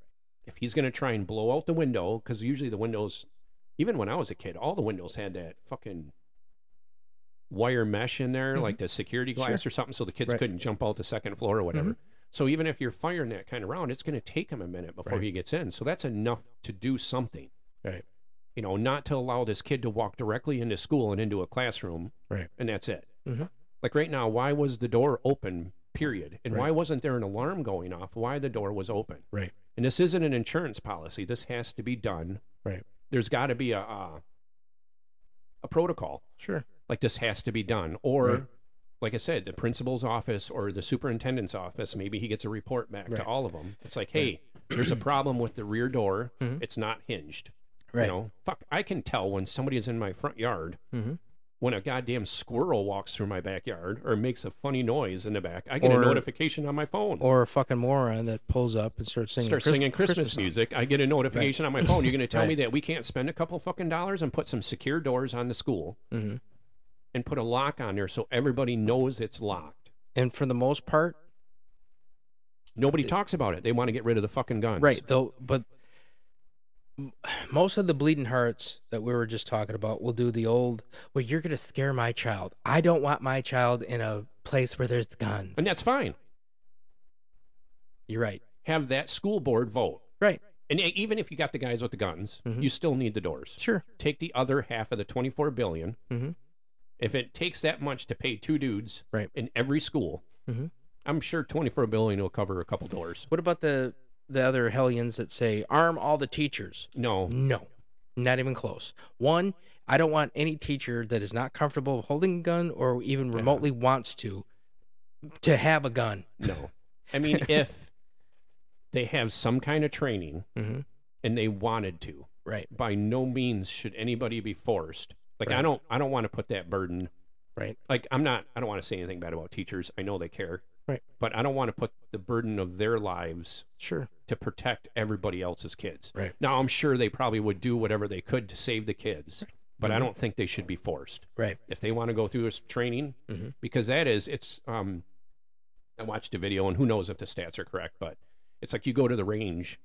S4: If he's going to try and blow out the window, because usually the windows, even when I was a kid, all the windows had that fucking wire mesh in there,
S1: Mhm.
S4: like the security glass or something, so the kids
S1: Right. Mm-hmm.
S4: couldn't jump out the second floor or whatever. So even if you're firing that kind of round, it's going to take him a minute before
S1: Right.
S4: he gets in. So that's enough to do something
S1: Right.
S4: you know, not to allow this kid to walk directly into school and into a classroom,
S1: Right.
S4: and that's it.
S1: Mhm.
S4: Like right now, why was the door open? Period. And
S1: Right.
S4: why wasn't there an alarm going off? Why the door was open?
S1: Right.
S4: And this isn't an insurance policy. This has to be done.
S1: Right.
S4: There's got to be a uh, a protocol.
S1: Sure.
S4: Like this has to be done, or
S1: Right.
S4: like I said, the principal's office or the superintendent's office. Maybe he gets a report back to
S1: Right.
S4: all of them. It's like, hey, there's a problem with the rear door.
S1: Mhm.
S4: It's not hinged.
S1: Right.
S4: You know, fuck, I can tell when somebody is in my front yard
S1: mm-hmm.
S4: when a goddamn squirrel walks through my backyard or makes a funny noise in the back. I get
S1: Or-
S4: a notification on my phone.
S1: Or a fucking moron that pulls up and starts singing,
S4: Start
S1: Christ-
S4: singing Christmas,
S1: songs.
S4: music. I get a notification on my phone. You're going to tell me
S1: Right.
S4: that we can't spend a couple fucking dollars and put some secure doors on the school
S1: Mhm.
S4: and put a lock on there so everybody knows it's locked.
S1: And for the most part,
S4: Nobody talks about it. They want to get rid of the fucking guns.
S1: Right, though, but m- most of the bleeding hearts that we were just talking about will do the old, well, you're going to scare my child. I don't want my child in a place where there's guns.
S4: And that's fine.
S1: You're right.
S4: Have that school board vote.
S1: Right.
S4: And e- even if you got the guys with the guns,
S1: Mhm.
S4: you still need the doors.
S1: Sure.
S4: Take the other half of the 24 billion
S1: Mm-hmm.
S4: if it takes that much to pay two dudes
S1: Right.
S4: in every school,
S1: Mm-hmm.
S4: I'm sure 24 billion will cover a couple doors.
S1: What about the the other hellions that say arm all the teachers?
S4: No,
S1: No, not even close. One, I don't want any teacher that is not comfortable holding a gun or even
S4: Yeah.
S1: remotely wants to to have a gun.
S4: no. I mean, if they have some kind of training
S1: Mm-hmm.
S4: and they wanted to,
S1: Right.
S4: by no means should anybody be forced. Like I
S1: Right.
S4: don't I don't want to put that burden.
S1: Right.
S4: Like I'm not I don't want to say anything bad about teachers. I know they care.
S1: Right.
S4: But I don't want to put the burden of their lives
S1: Sure.
S4: to protect everybody else's kids.
S1: Right.
S4: Now I'm sure they probably would do whatever they could to save the kids, but I don't think they should be forced
S1: Mm-hmm. Right.
S4: if they want to go through this training
S1: Mhm.
S4: because that is it's um i watched a video and who knows if the stats are correct but it's like you go to the range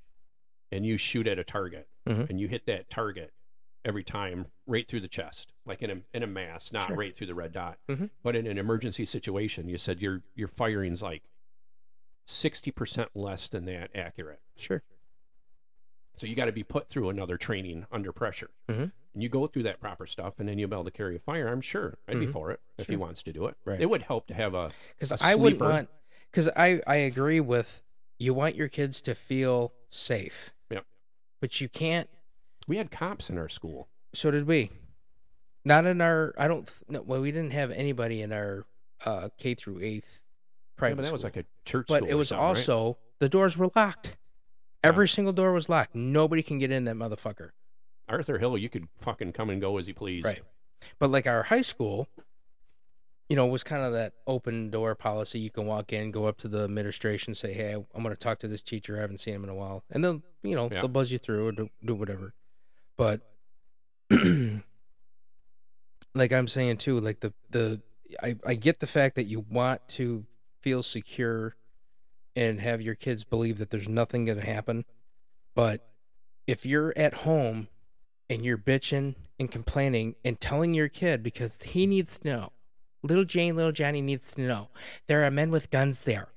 S4: and you shoot at a target
S1: Mhm.
S4: and you hit that target every time right through the chest like in a, in a mass not
S1: Sure.
S4: right through the red dot
S1: Mhm.
S4: but in an emergency situation you said your your firing's like 60% less than that accurate
S1: Sure.
S4: so you got to be put through another training under pressure.
S1: Mhm.
S4: And you go through that proper stuff, and then you'll be able to carry a firearm. Sure, I'd be
S1: Mhm.
S4: for it if he
S1: Sure.
S4: wants to do it.
S1: Right.
S4: It would help to have a
S1: Because
S4: a
S1: I wouldn't
S4: sleeper.
S1: want. Because I I agree with you want your kids to feel safe.
S4: Yep.
S1: But you can't.
S4: We had cops in our school.
S1: So did we. Not in our. I don't. th- No, well, we didn't have anybody in our uh, K through eighth
S4: Yeah,
S1: private.
S4: but that was
S1: school.
S4: like a church.
S1: But
S4: school
S1: it
S4: or
S1: was
S4: something, right?
S1: also the doors were locked.
S4: Yeah.
S1: Every single door was locked. Nobody can get in that motherfucker.
S4: Arthur Hill. You could fucking come and go as you pleased.
S1: Right. But like our high school, you know, was kind of that open door policy. You can walk in, go up to the administration, say, "Hey, I'm going to talk to this teacher. I haven't seen him in a while," and they'll, you know,
S4: Yeah.
S1: they'll buzz you through or do, do whatever. But like I'm saying too, like the the I I get the fact that you want to feel secure and have your kids believe that there's nothing going to happen, but if you're at home and you're bitching and complaining and telling your kid because he needs to know. Little Jane, little Johnny needs to know. There are men with guns there.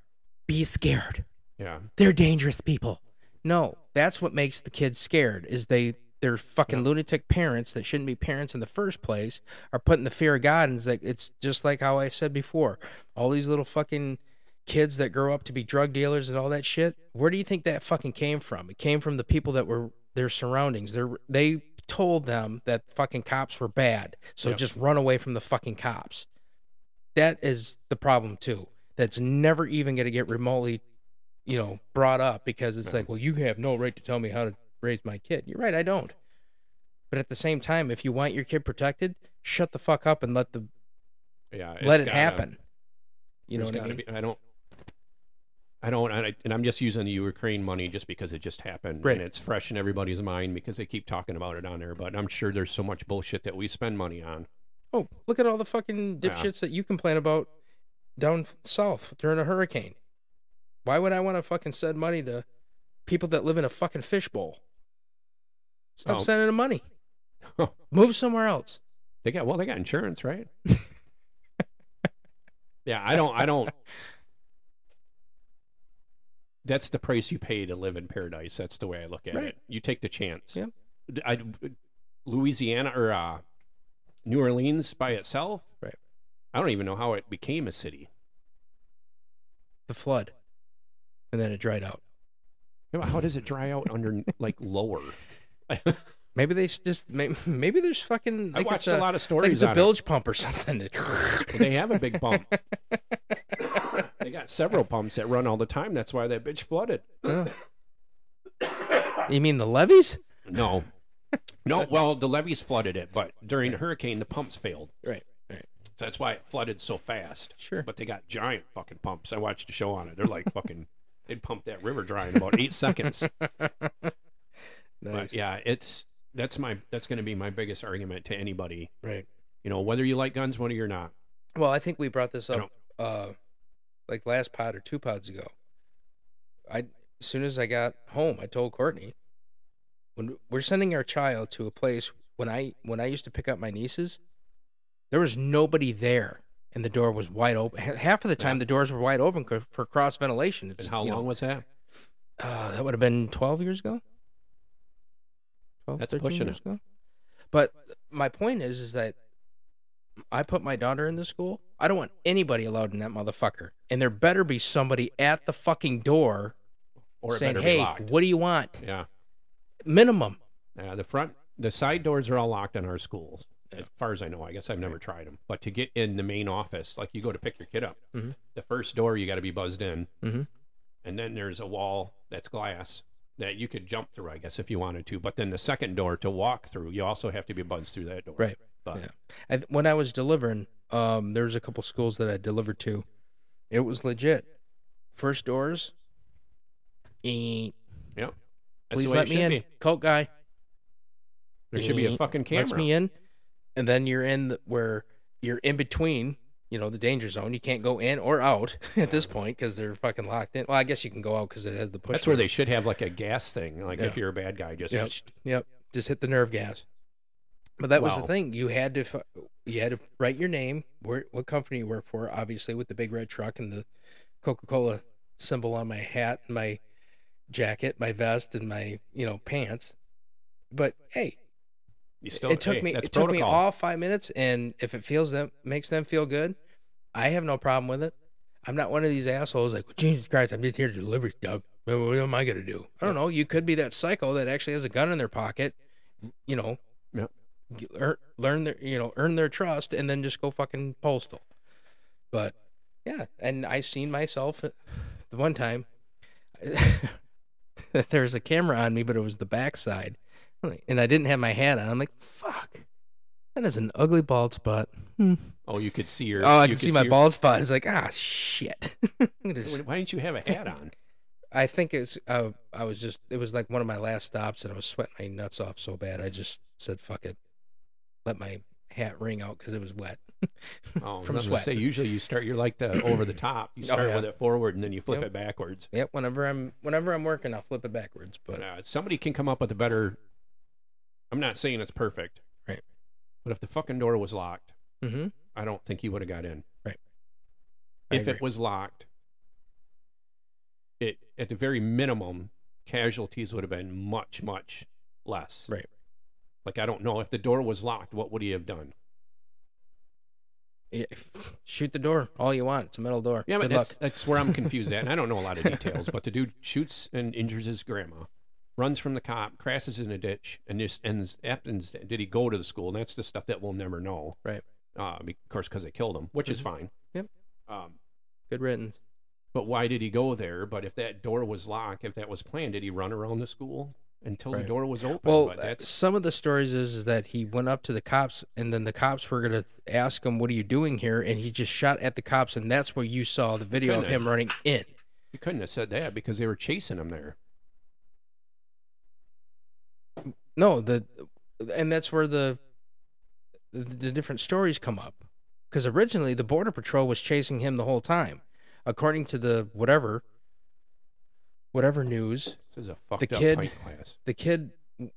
S1: Be scared.
S4: Yeah.
S1: They're dangerous people. No, that's what makes the kids scared is they their fucking lunatic parents that shouldn't be parents in the first place are putting the fear of God and it's like it's just like how I said before. All these little fucking kids that grow up to be drug dealers and all that shit. Where do you think that fucking came from? It came from the people that were their surroundings. They they told them that fucking cops were bad. So
S4: Yeah.
S1: just run away from the fucking cops. That is the problem too. That's never even going to get remotely you know, brought up because it's
S4: Yeah.
S1: like, well, you have no right to tell me how to raise my kid. You're right, I don't. But at the same time, if you want your kid protected, shut the fuck up and let the
S4: Yeah. Uh, it's
S1: let it
S4: gotta-
S1: happen. You know
S4: there's
S1: what I
S4: gotta
S1: mean?
S4: be- I don't. I don't, and, I, and I'm just using the Ukraine money just because it just happened,
S1: Right.
S4: and it's fresh in everybody's mind because they keep talking about it on there. But I'm sure there's so much bullshit that we spend money on
S1: Oh, look at all the fucking
S4: Yeah.
S1: dipshits that you complain about down f- south during a hurricane. Why would I want to fucking send money to people that live in a fucking fishbowl? Stop
S4: Oh.
S1: sending them money. Move somewhere else.
S4: They got well, they got insurance, right? yeah, I don't I don't That's the price you pay to live in paradise. That's the way I look at
S1: Right.
S4: it. You take the chance.
S1: Yep.
S4: D- I, Louisiana or uh, New Orleans by itself.
S1: Right.
S4: I don't even know how it became a city.
S1: The flood. And then it dried out.
S4: Yeah, but How does it dry out under like lower?
S1: Maybe they s- just maybe, maybe there's fucking.
S4: I
S1: like it's
S4: watched a, lot of stories
S1: Like it's
S4: on
S1: a
S4: it.
S1: bilge pump or something. It-
S4: they have a big pump. they got several pumps that run all the time. That's why that bitch flooded.
S1: Oh. you mean the levees?
S4: No. No, well, the levees flooded it, but during the hurricane, the pumps failed.
S1: Right, right.
S4: So that's why it flooded so fast.
S1: Sure.
S4: But they got giant fucking pumps. I watched a show on it. They're like fucking, they'd pump that river dry in about eight seconds. But
S1: Nice.
S4: yeah, it's, that's my, that's going to be my biggest argument to anybody.
S1: Right.
S4: You know, whether you like guns, whether you're not.
S1: Well, I think we brought this
S4: I
S1: up uh like last pod or two pods ago. I as soon as I got home, I told Courtney when we're sending our child to a place when I when I used to pick up my nieces, there was nobody there and the door was wide open. Ha- Half of the time
S4: Yeah.
S1: the doors were wide open c- for cross ventilation. It's
S4: And how
S1: you
S4: long
S1: know,
S4: was that?
S1: uh, that would have been 12 years ago 12
S4: That's
S1: 13
S4: pushing
S1: years
S4: it.
S1: ago but my point is is that i put my daughter in the school i don't want anybody allowed in that motherfucker and there better be somebody at the fucking door
S4: Or it
S1: saying
S4: better
S1: hey
S4: be locked.
S1: what do you want
S4: Yeah.
S1: minimum
S4: Yeah, Uh, the front, the side doors are all locked in our schools,
S1: Yeah.
S4: as far as I know. I guess I've never tried them. But to get in the main office, like you go to pick your kid up,
S1: Mhm.
S4: the first door you got to be buzzed in,
S1: Mhm.
S4: and then there's a wall that's glass, that you could jump through, I guess, if you wanted to. But then the second door to walk through, you also have to be buzzed through that door.
S1: Right.
S4: But
S1: Yeah. I, th- when I was delivering, um, there was a couple schools that I delivered to. It was legit. First doors. Eh,
S4: Yep. That's the
S1: Please
S4: way
S1: let
S4: it
S1: me
S4: should
S1: in,
S4: be.
S1: Coke guy.
S4: There should be a
S1: Eh,
S4: fucking camera.
S1: Lets me in, and then you're in the, where you're in between. You know the danger zone. You can't go in or out at this point because they're fucking locked in. Well, I guess you can go out because it has the push.
S4: That's where they
S1: button.
S4: should have like a gas thing. Like if
S1: Yeah.
S4: you're a bad guy, just
S1: Yep. Yep. Just hit the nerve gas. But that was the
S4: Wow.
S1: thing. You had to, fu- you had to write your name, where, what company you work for, obviously, with the big red truck and the Coca Cola symbol on my hat and my jacket, my vest, and my you know pants. But hey,
S4: you still.
S1: it took
S4: hey,
S1: me
S4: That's
S1: it took me
S4: protocol.
S1: all five minutes, and if it feels them makes them feel good, I have no problem with it. I'm not one of these assholes like Jesus Christ. I'm just here to deliver stuff. What what am I gonna do? I don't know. You could be that psycho that actually has a gun in their pocket. You know,
S4: Yep.
S1: g- earn, learn their you know earn their trust, and then just go fucking postal. But yeah, and I seen myself uh, the one time. There's a camera on me, but it was the backside. I'm like- and I didn't have my hat on. I'm like, fuck, that is an ugly bald spot. Hmm.
S4: Oh, you could see your.
S1: Oh, I
S4: you
S1: can
S4: could
S1: see my
S4: your-
S1: bald spot. It's like, ah, shit. I'm gonna just-
S4: Why didn't you have a hat on?
S1: I think it's. Uh, I was just. It was like one of my last stops, and I was sweating my nuts off so bad. I just said, "Fuck it," let my hat ring out because it was wet.
S4: Oh,
S1: From
S4: I was gonna
S1: sweat.
S4: say usually you start. You're like the over the top. You
S1: Oh,
S4: start
S1: yeah.
S4: with it forward and then you flip
S1: Yep.
S4: it backwards.
S1: Yep. Whenever I'm whenever I'm working, I'll flip it backwards. But
S4: Uh, somebody can come up with a better. I'm not saying it's perfect.
S1: Right.
S4: But if the fucking door was locked,
S1: Mhm.
S4: I don't think he would have got in.
S1: Right. I
S4: If it
S1: agree.
S4: was locked, it at the very minimum casualties would have been much much less.
S1: Right.
S4: Like I don't know if the door was locked, what would he have done?
S1: yeah, shoot the door all you want. It's a metal door.
S4: Yeah, but
S1: Good
S4: that's,
S1: luck.
S4: that's where I'm confused at. And I don't know a lot of details, but the dude shoots and injures his grandma, runs from the cop, crashes in a ditch, and this ends. Happens. Did he go to the school? And that's the stuff that we'll never know.
S1: Right.
S4: Uh, be- of course, because they killed him, which is
S1: Mhm.
S4: fine.
S1: Yep.
S4: Um,
S1: Good riddance.
S4: but why did he go there? But if that door was locked, if that was planned, did he run around the school until
S1: Right.
S4: the door was open?
S1: Well,
S4: but
S1: uh,
S4: that's
S1: some of the stories is, is that he went up to the cops, and then the cops were gonna ask him, "What are you doing here?" And he just shot at the cops, and that's where you saw the video of
S4: Goodness.
S1: him running in.
S4: you couldn't have said that because they were chasing him there.
S1: No, the and that's where the the, the different stories come up because originally the border patrol was chasing him the whole time, according to the whatever whatever news.
S4: This is a fucked up
S1: kid-
S4: pint class.
S1: the kid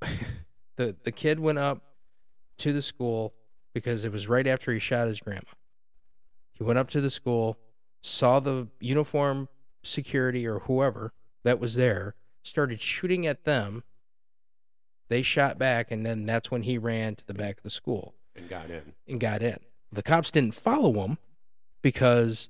S1: the the kid went up to the school because it was right after he shot his grandma. He went up to the school, saw the uniform security or whoever that was there, started shooting at them. They shot back and then that's when he ran to the back of the school
S4: and got in.
S1: and got in. The cops didn't follow him because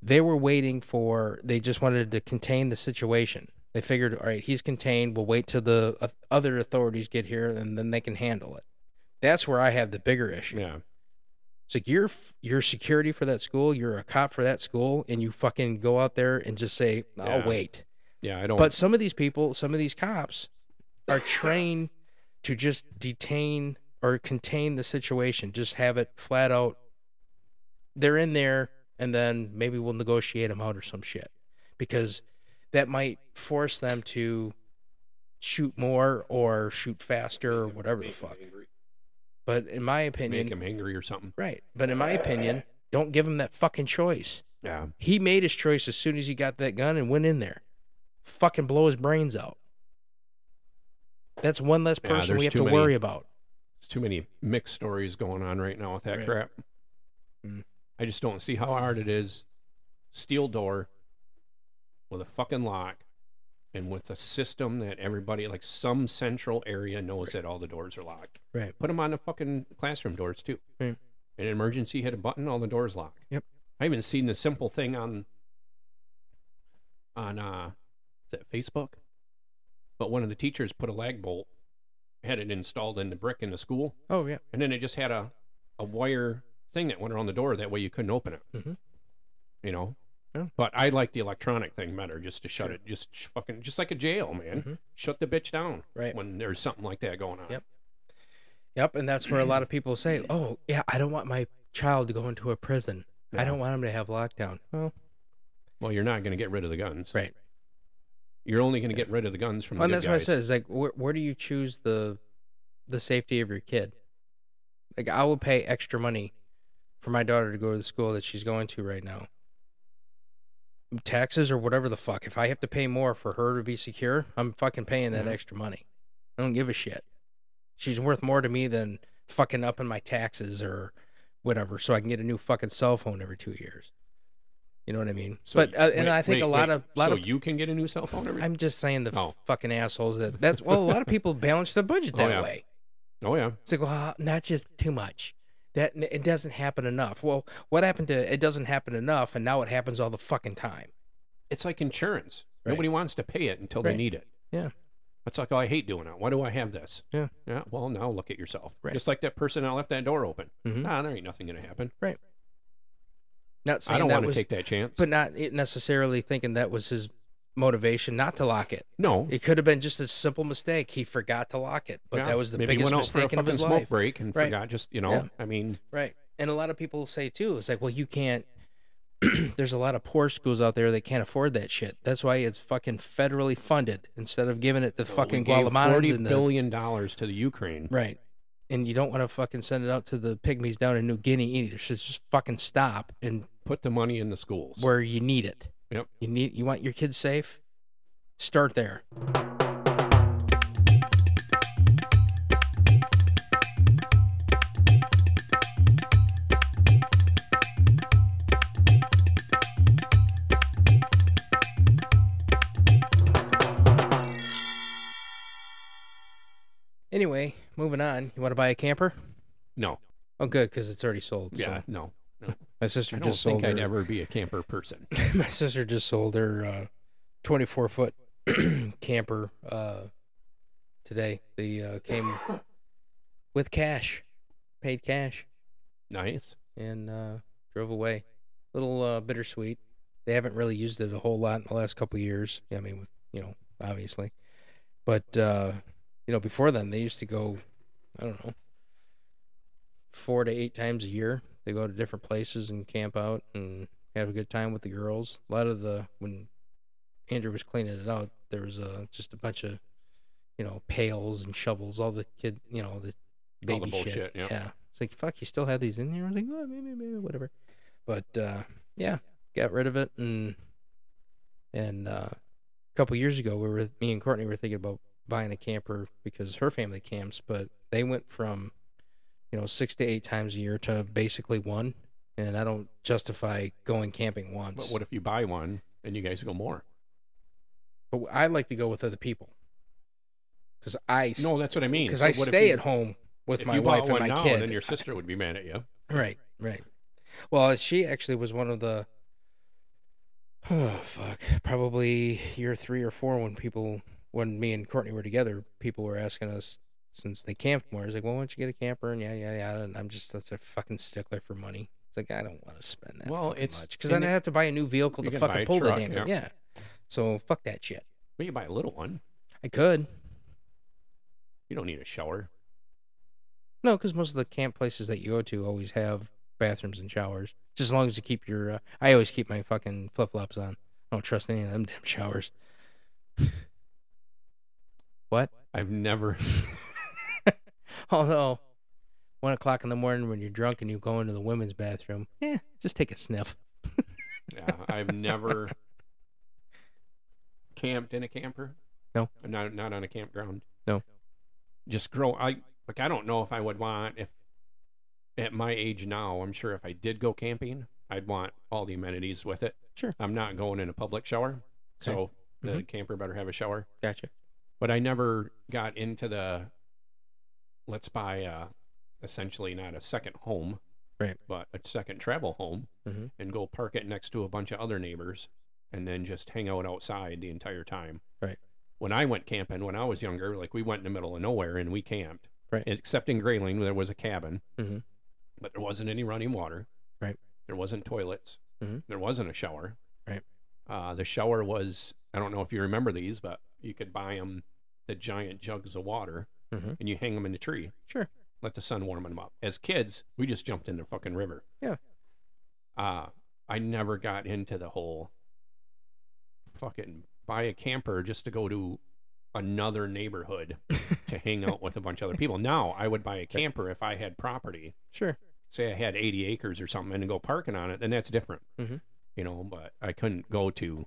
S1: they were waiting for, they just wanted to contain the situation. They figured, all right, he's contained. We'll wait till the uh, other authorities get here and then they can handle it. That's where I have the bigger issue.
S4: Yeah.
S1: It's like you're f- you're security for that school, you're a cop for that school, and you fucking go out there and just say, "I'll
S4: Yeah.
S1: wait."
S4: Yeah. I don't.
S1: But some of these people, some of these cops, are trained to just detain or contain the situation, just have it flat out. They're in there, and then maybe we'll negotiate them out or some shit, because that might force them to shoot more or shoot faster or whatever the fuck. But in my opinion,
S4: make him angry or something.
S1: right? But in my opinion, don't give them that fucking choice.
S4: Yeah.
S1: He made his choice as soon as he got that gun and went in there. Fucking blow his brains out. That's one less
S4: Yeah,
S1: person
S4: there's
S1: we have
S4: too
S1: to
S4: many.
S1: worry about.
S4: It's too many mixed stories going on right now with that
S1: Right.
S4: crap.
S1: Mm.
S4: I just don't see how hard it is. Steel door with a fucking lock and with a system that everybody, like some central area, knows that all the doors are locked.
S1: Right.
S4: Put them on the fucking classroom doors too.
S1: Right.
S4: An emergency hit a button, all the doors lock.
S1: Yep.
S4: I haven't seen the simple thing on on uh is that Facebook? But one of the teachers put a lag bolt, had it installed in the brick in the school,
S1: Oh yeah.
S4: and then it just had a a wire thing that went around the door. That way you couldn't open it.
S1: Mhm.
S4: You know,
S1: Mm-hmm. Yeah.
S4: But I like the electronic thing better, just to shut
S1: Sure.
S4: it, just sh- fucking, just like a jail, man.
S1: Mhm.
S4: Shut the bitch down
S1: Right.
S4: when there's something like that going on.
S1: Yep. Yep, and that's where a lot of people say, "Oh, yeah, I don't want my child to go into a prison. I
S4: Yeah.
S1: don't want him to have lockdown." Well,
S4: Well, you're not going to get rid of the guns.
S1: right.
S4: You're only going to get rid of the guns from.
S1: Well, and
S4: the
S1: that's
S4: good
S1: what I
S4: guys.
S1: said. Is like, where, where do you choose the the safety of your kid? Like, I will pay extra money for my daughter to go to the school that she's going to right now. Taxes or whatever the fuck. If I have to pay more for her to be secure, I'm fucking paying that
S4: Mhm.
S1: extra money. I don't give a shit. She's worth more to me than fucking upping my taxes or whatever, so I can get a new fucking cell phone every two years. You know what I mean?
S4: So
S1: but
S4: you-
S1: uh, and
S4: wait,
S1: I think
S4: wait,
S1: a lot
S4: wait.
S1: of lot
S4: so
S1: of
S4: you can get a new cell phone every.
S1: I'm just saying the
S4: Oh.
S1: fucking assholes that that's well a lot of people balance their budget
S4: Oh,
S1: that
S4: yeah.
S1: way.
S4: oh yeah.
S1: It's like well that's just too much. That it doesn't happen enough. Well, what happened to it doesn't happen enough, and now it happens all the fucking time.
S4: It's like insurance.
S1: Right.
S4: Nobody wants to pay it until
S1: Right.
S4: they need it.
S1: Yeah.
S4: It's like, oh, I hate doing it. Why do I have this?
S1: Yeah.
S4: Yeah. Well, now look at yourself.
S1: Right.
S4: Just like that person that left that door open.
S1: Mhm.
S4: Ah, there ain't nothing going to happen.
S1: Not saying
S4: I don't
S1: that
S4: want to
S1: was,
S4: take that chance.
S1: but not it necessarily thinking that was his motivation not to lock it.
S4: no.
S1: It could have been just a simple mistake. He forgot to lock it, but
S4: Oh. Yeah.
S1: that was the
S4: Maybe he
S1: biggest
S4: went out
S1: mistake
S4: for a
S1: of his
S4: fucking
S1: life.
S4: smoke break and
S1: Right.
S4: forgot just, you know,
S1: Yeah.
S4: I mean,
S1: Right. And a lot of people say too, it's like, well, you can't. there's a lot of poor schools out there that can't afford that shit. That's why it's fucking federally funded instead of giving it to fucking
S4: we gave
S1: Guatemalans
S4: $40
S1: and the
S4: billion dollars to the Ukraine.
S1: right. And you don't want to fucking send it out to the pygmies down in New Guinea either. So just fucking stop and
S4: Put the money in the schools.
S1: where you need it.
S4: Yep.
S1: You need you want your kids safe? Start there. Anyway, moving on. You want to buy a camper?
S4: No.
S1: Oh, good, because it's already sold.
S4: Yeah.
S1: So
S4: No.
S1: my sister
S4: I don't
S1: just
S4: think
S1: sold.
S4: I'd
S1: her-
S4: ever be a camper person.
S1: my sister just sold her uh, 24 foot camper uh, today. They uh, came with cash, paid cash,
S4: nice.
S1: and uh, drove away. Little uh, bittersweet. They haven't really used it a whole lot in the last couple of years. I mean, with, you know, obviously, but uh, you know, before then they used to go, I don't know, four to eight times a year. They go to different places and camp out and have a good time with the girls. A lot of the when Andrew was cleaning it out, there was uh, just a bunch of you know pails and shovels. All the kid, you know, the
S4: All the
S1: baby shit.
S4: bullshit, yeah.
S1: it's like fuck. You still have these in here? I was like, oh, maybe, maybe, whatever. But uh, yeah, got rid of it and and uh, a couple years ago, we were me and Courtney were thinking about buying a camper because her family camps, but they went from you know six to eight times a year to basically one. And I don't justify going camping once.
S4: But what if you buy one and you guys go more?
S1: But I like to go with other people because I
S4: No, that's what I mean.
S1: because
S4: So
S1: I
S4: what if
S1: stay
S4: you-
S1: at home with
S4: if
S1: my
S4: you bought
S1: wife and
S4: one
S1: my
S4: now,
S1: kid.
S4: Then your sister would be mad at you.
S1: Right, right. Well, she actually was one of the oh fuck, probably year three or four when people when me and Courtney were together, people were asking us since they camped more. It's like, well, why don't you get a camper and yada yada yada? And I'm just such a fucking stickler for money. It's like I don't want to spend that
S4: Well,
S1: fucking
S4: it's-
S1: much because
S4: and
S1: then I
S4: it-
S1: have to buy a new vehicle
S4: you
S1: to
S4: can buy
S1: fucking
S4: a
S1: pull
S4: truck,
S1: the damn thing. Yeah. So fuck that shit.
S4: Well, you buy a little one.
S1: I could.
S4: You don't need a shower.
S1: No, because most of the camp places that you go to always have bathrooms and showers. Just as long as you keep your, uh, I always keep my fucking flip flops on. I don't trust any of them damn showers. what?
S4: I've never.
S1: Although, one o'clock in the morning when you're drunk and you go into the women's bathroom, yeah, just take a sniff.
S4: Yeah, I've never camped in a camper.
S1: No.
S4: Not not on a campground.
S1: No.
S4: Just grow. I like. I don't know if I would want if at my age now. I'm sure if I did go camping, I'd want all the amenities with it.
S1: Sure. Mm-hmm.
S4: I'm not going in a public shower, so the camper better have a shower.
S1: Gotcha.
S4: But I never got into the. Let's buy a, essentially not a second home,
S1: Right.
S4: But a second travel home
S1: Mhm.
S4: and go park it next to a bunch of other neighbors and then just hang out outside the entire time.
S1: Right.
S4: When I went camping when I was younger, like we went in the middle of nowhere and we camped.
S1: Right.
S4: Except in Grayling, where there was a cabin,
S1: Mhm.
S4: but there wasn't any running water.
S1: Right.
S4: There wasn't toilets.
S1: Mhm.
S4: There wasn't a shower. Uh, the shower was, I don't know if you remember these, but you could buy them the giant jugs of water
S1: Mm-hmm.
S5: Mhm.
S4: and you hang them in the tree,
S5: Sure.
S4: let the sun warm them up. As kids, we just jumped in the fucking river.
S5: Yeah.
S4: Uh, I never got into the whole fucking buy a camper just to go to another neighborhood to hang out with a bunch of other people. Now I would buy a camper if I had property
S5: Sure.
S4: say I had 80 acres or something and go parking on it, then that's different.
S5: Mhm.
S4: You know, but I couldn't go to.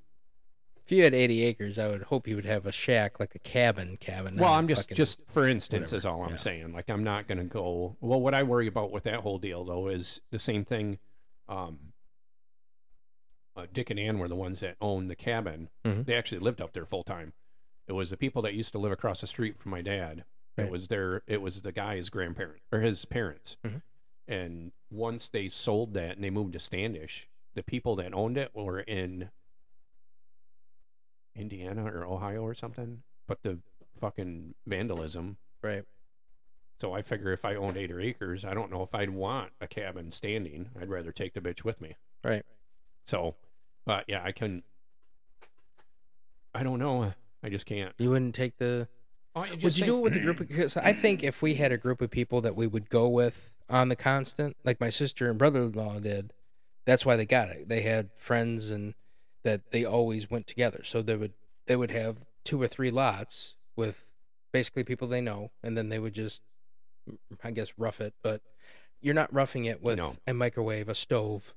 S5: If you had 80 acres, I would hope you would have a shack, like a cabin, cabin.
S4: well,
S5: not a
S4: I'm just
S5: fucking-
S4: just for instance is all I'm
S5: Yeah.
S4: saying. Like I'm not going to go. Well, what I worry about with that whole deal though is the same thing. Um, uh, Dick and Ann were the ones that owned the cabin.
S5: Mhm.
S4: They actually lived up there full time. It was the people that used to live across the street from my dad.
S5: Right.
S4: It was their. It was the guy's grandparent or his parents.
S5: Mhm.
S4: And once they sold that and they moved to Standish, the people that owned it were in Indiana or Ohio or something. But the fucking vandalism.
S5: right.
S4: So I figure if I owned eight or acres, I don't know if I'd want a cabin standing. I'd rather take the bitch with me.
S5: Right.
S4: So, but yeah, I couldn't. I don't know. I just can't.
S5: You wouldn't take the.
S4: Oh, just
S5: would you
S4: think-
S5: do it with a group? Of, because I think if we had a group of people that we would go with on the constant, like my sister and brother-in-law did, that's why they got it. They had friends and that they always went together, so they would they would have two or three lots with basically people they know, and then they would just, I guess, rough it. But you're not roughing it with
S4: No.
S5: a microwave, a stove.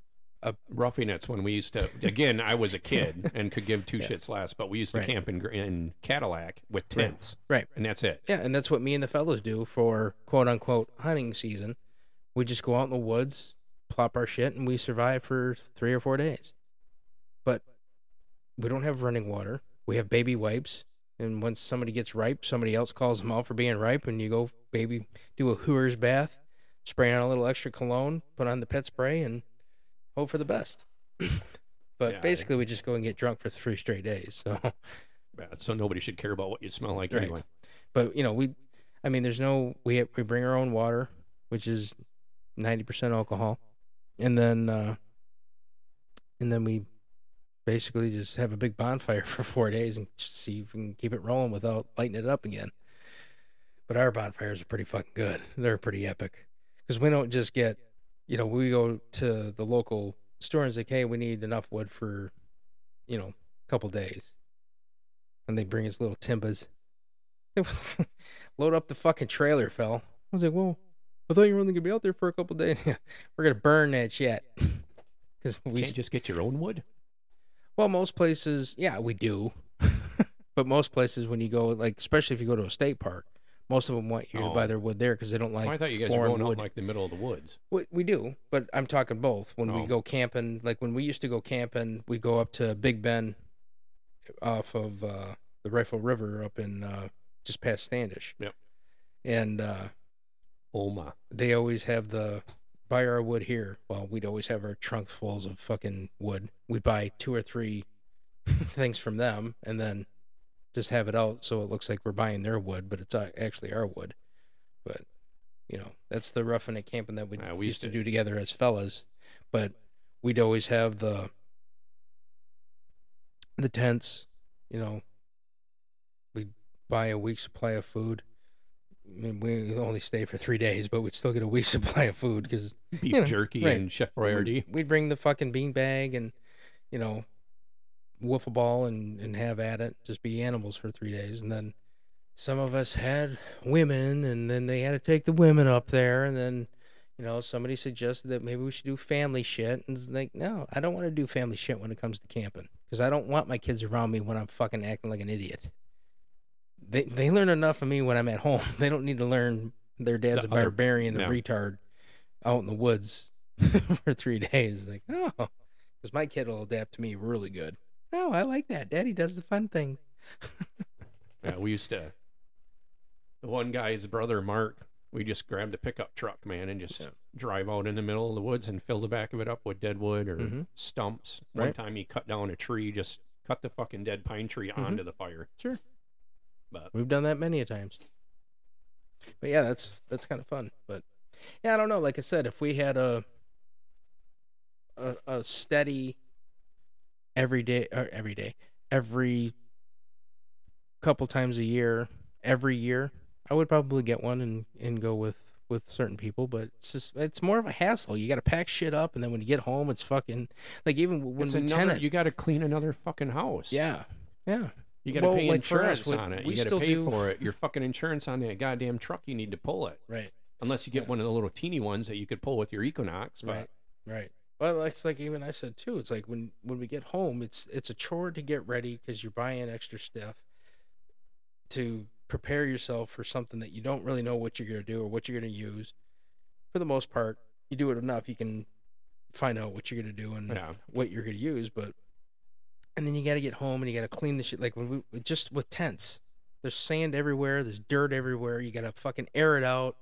S4: roughing it's when we used to again i was a kid and could give two shits less but we used to
S5: Right.
S4: camp in, Gr- in cadillac with tents
S5: Right.
S4: and that's it
S5: Yeah, and that's what me and the fellows do for quote unquote hunting season. We just go out in the woods, plop our shit, and we survive for three or four days. But we don't have running water. We have baby wipes, and once somebody gets ripe, somebody else calls them out for being ripe, and you go baby do a hooer's bath, spray on a little extra cologne, put on the pet spray, and hope for the best. but
S4: Yeah, I-
S5: basically, we just go and get drunk for three straight days. So.
S4: Yeah, Uh, so nobody should care about what you smell like
S5: Right.
S4: anyway
S5: but you know we i mean there's no we we bring our own water which is 90% alcohol and then uh and then we basically just have a big bonfire for four days and just see if we can keep it rolling without lighting it up again but our bonfires are pretty fucking good they're pretty epic because we don't just get you know we go to the local store and say hey we need enough wood for you know a couple days and they bring us little timbas load up the fucking trailer, fell. I was like, well, I thought you were only gonna be out there for a couple days. we're gonna burn that shit. Because we,
S4: can't just get your own wood
S5: well, most places, yeah, we do. but most places, when you go, like, especially if you go to a state park, most of them want you to
S4: Oh.
S5: buy their wood there because they don't like.
S4: Well, Oh, i thought you guys were
S5: foreign
S4: going out
S5: wood.
S4: in, like the middle of the woods
S5: We, we do, but I'm talking both. When we
S4: Oh.
S5: go camping, like when we used to go camping, we go up to Big Bend off of uh, the Rifle River up in uh, just past Standish.
S4: Yep.
S5: And uh,
S4: oh my
S5: they always have the buy our wood here. Well, we'd always have our trunks fulls of fucking wood. We'd buy two or three things from them and then just have it out so it looks like we're buying their wood, but it's a- actually our wood. But you know, that's the roughing it camping that we
S4: Yeah,
S5: used to do together as fellas. But we'd always have the the tents, you know. We'd buy a week's supply of food. I mean, we only stay for three days, but we'd still get a week's supply of food because
S4: beef
S5: know,
S4: jerky
S5: right.
S4: and chef boyardee
S5: we'd, we'd bring the fucking bean bag and, you know, wiffle ball and, and have at it, just be animals for three days. And then some of us had women, and then they had to take the women up there. And then, you know, somebody suggested that maybe we should do family shit. And it's like, no, I don't want to do family shit when it comes to camping because I don't want my kids around me when I'm fucking acting like an idiot. They, they learn enough of me when I'm at home. They don't need to learn their dad's
S4: The
S5: a
S4: other-
S5: barbarian and
S4: yeah.
S5: retard out in the woods for three days. Like, no, because my kid will adapt to me really good. No, I like that. Daddy does the fun thing.
S4: yeah, we used to the one guy's brother mark we just grabbed a pickup truck man and just
S5: Yeah.
S4: drive out in the middle of the woods and fill the back of it up with dead wood or
S1: Mm-hmm.
S5: Mhm.
S4: stumps. One
S5: Right.
S4: time he cut down a tree, just cut the fucking dead pine tree
S1: Mm-hmm.
S4: onto the fire.
S5: Sure.
S4: But
S5: We've done that many a times. But yeah, that's that's kind of fun. But yeah, I don't know. Like I said, if we had a a, a steady
S1: every day or every day, every couple times a year, every year. I would probably get one and, and go with with certain people, but it's just it's more of a hassle. You got to pack shit up, and then when you get home, it's fucking like even w- when
S4: It's
S1: we
S4: another-
S1: tenant,
S4: you got to clean another fucking house.
S1: yeah, yeah,
S4: You got to
S1: Well,
S4: pay
S1: like for us,
S4: insurance
S1: we-
S4: on it.
S1: we
S4: You got
S1: still
S4: to pay
S1: do-
S4: for it. Your fucking insurance on that goddamn truck. You need to pull it,
S1: right,
S4: unless you get
S1: Yeah.
S4: one of the little teeny ones that you could pull with your Equinox. But
S1: right, right. Well, it's like even I said too. It's like when when we get home, it's it's a chore to get ready because you're buying extra stuff to prepare yourself for something that you don't really know what you're gonna do or what you're gonna use. For the most part, you do it enough, you can find out what you're gonna do and
S4: yeah,
S1: what you're gonna use, but and then you gotta get home and you gotta clean the shit. Like when we just with tents, there's sand everywhere, there's dirt everywhere. You gotta fucking air it out.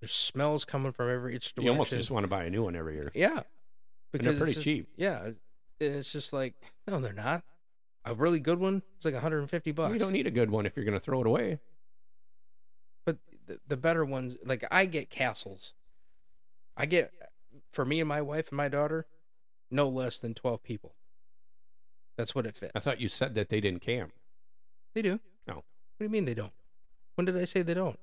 S1: There's smells coming from every each direction.
S4: you almost just want to buy a new one every year.
S1: yeah,
S4: And they're
S1: it's
S4: pretty
S1: just-
S4: cheap.
S1: Yeah, and it's just like no, they're not. A really good one is like 150 bucks.
S4: You don't need a good one if you're going to throw it away.
S1: but the, the better ones, like I get castles. I get for me and my wife and my daughter, no less than 12 people. That's what it fits.
S4: I thought you said that they didn't camp
S1: They do.
S4: No.
S1: What do you mean they don't? When did I say they don't?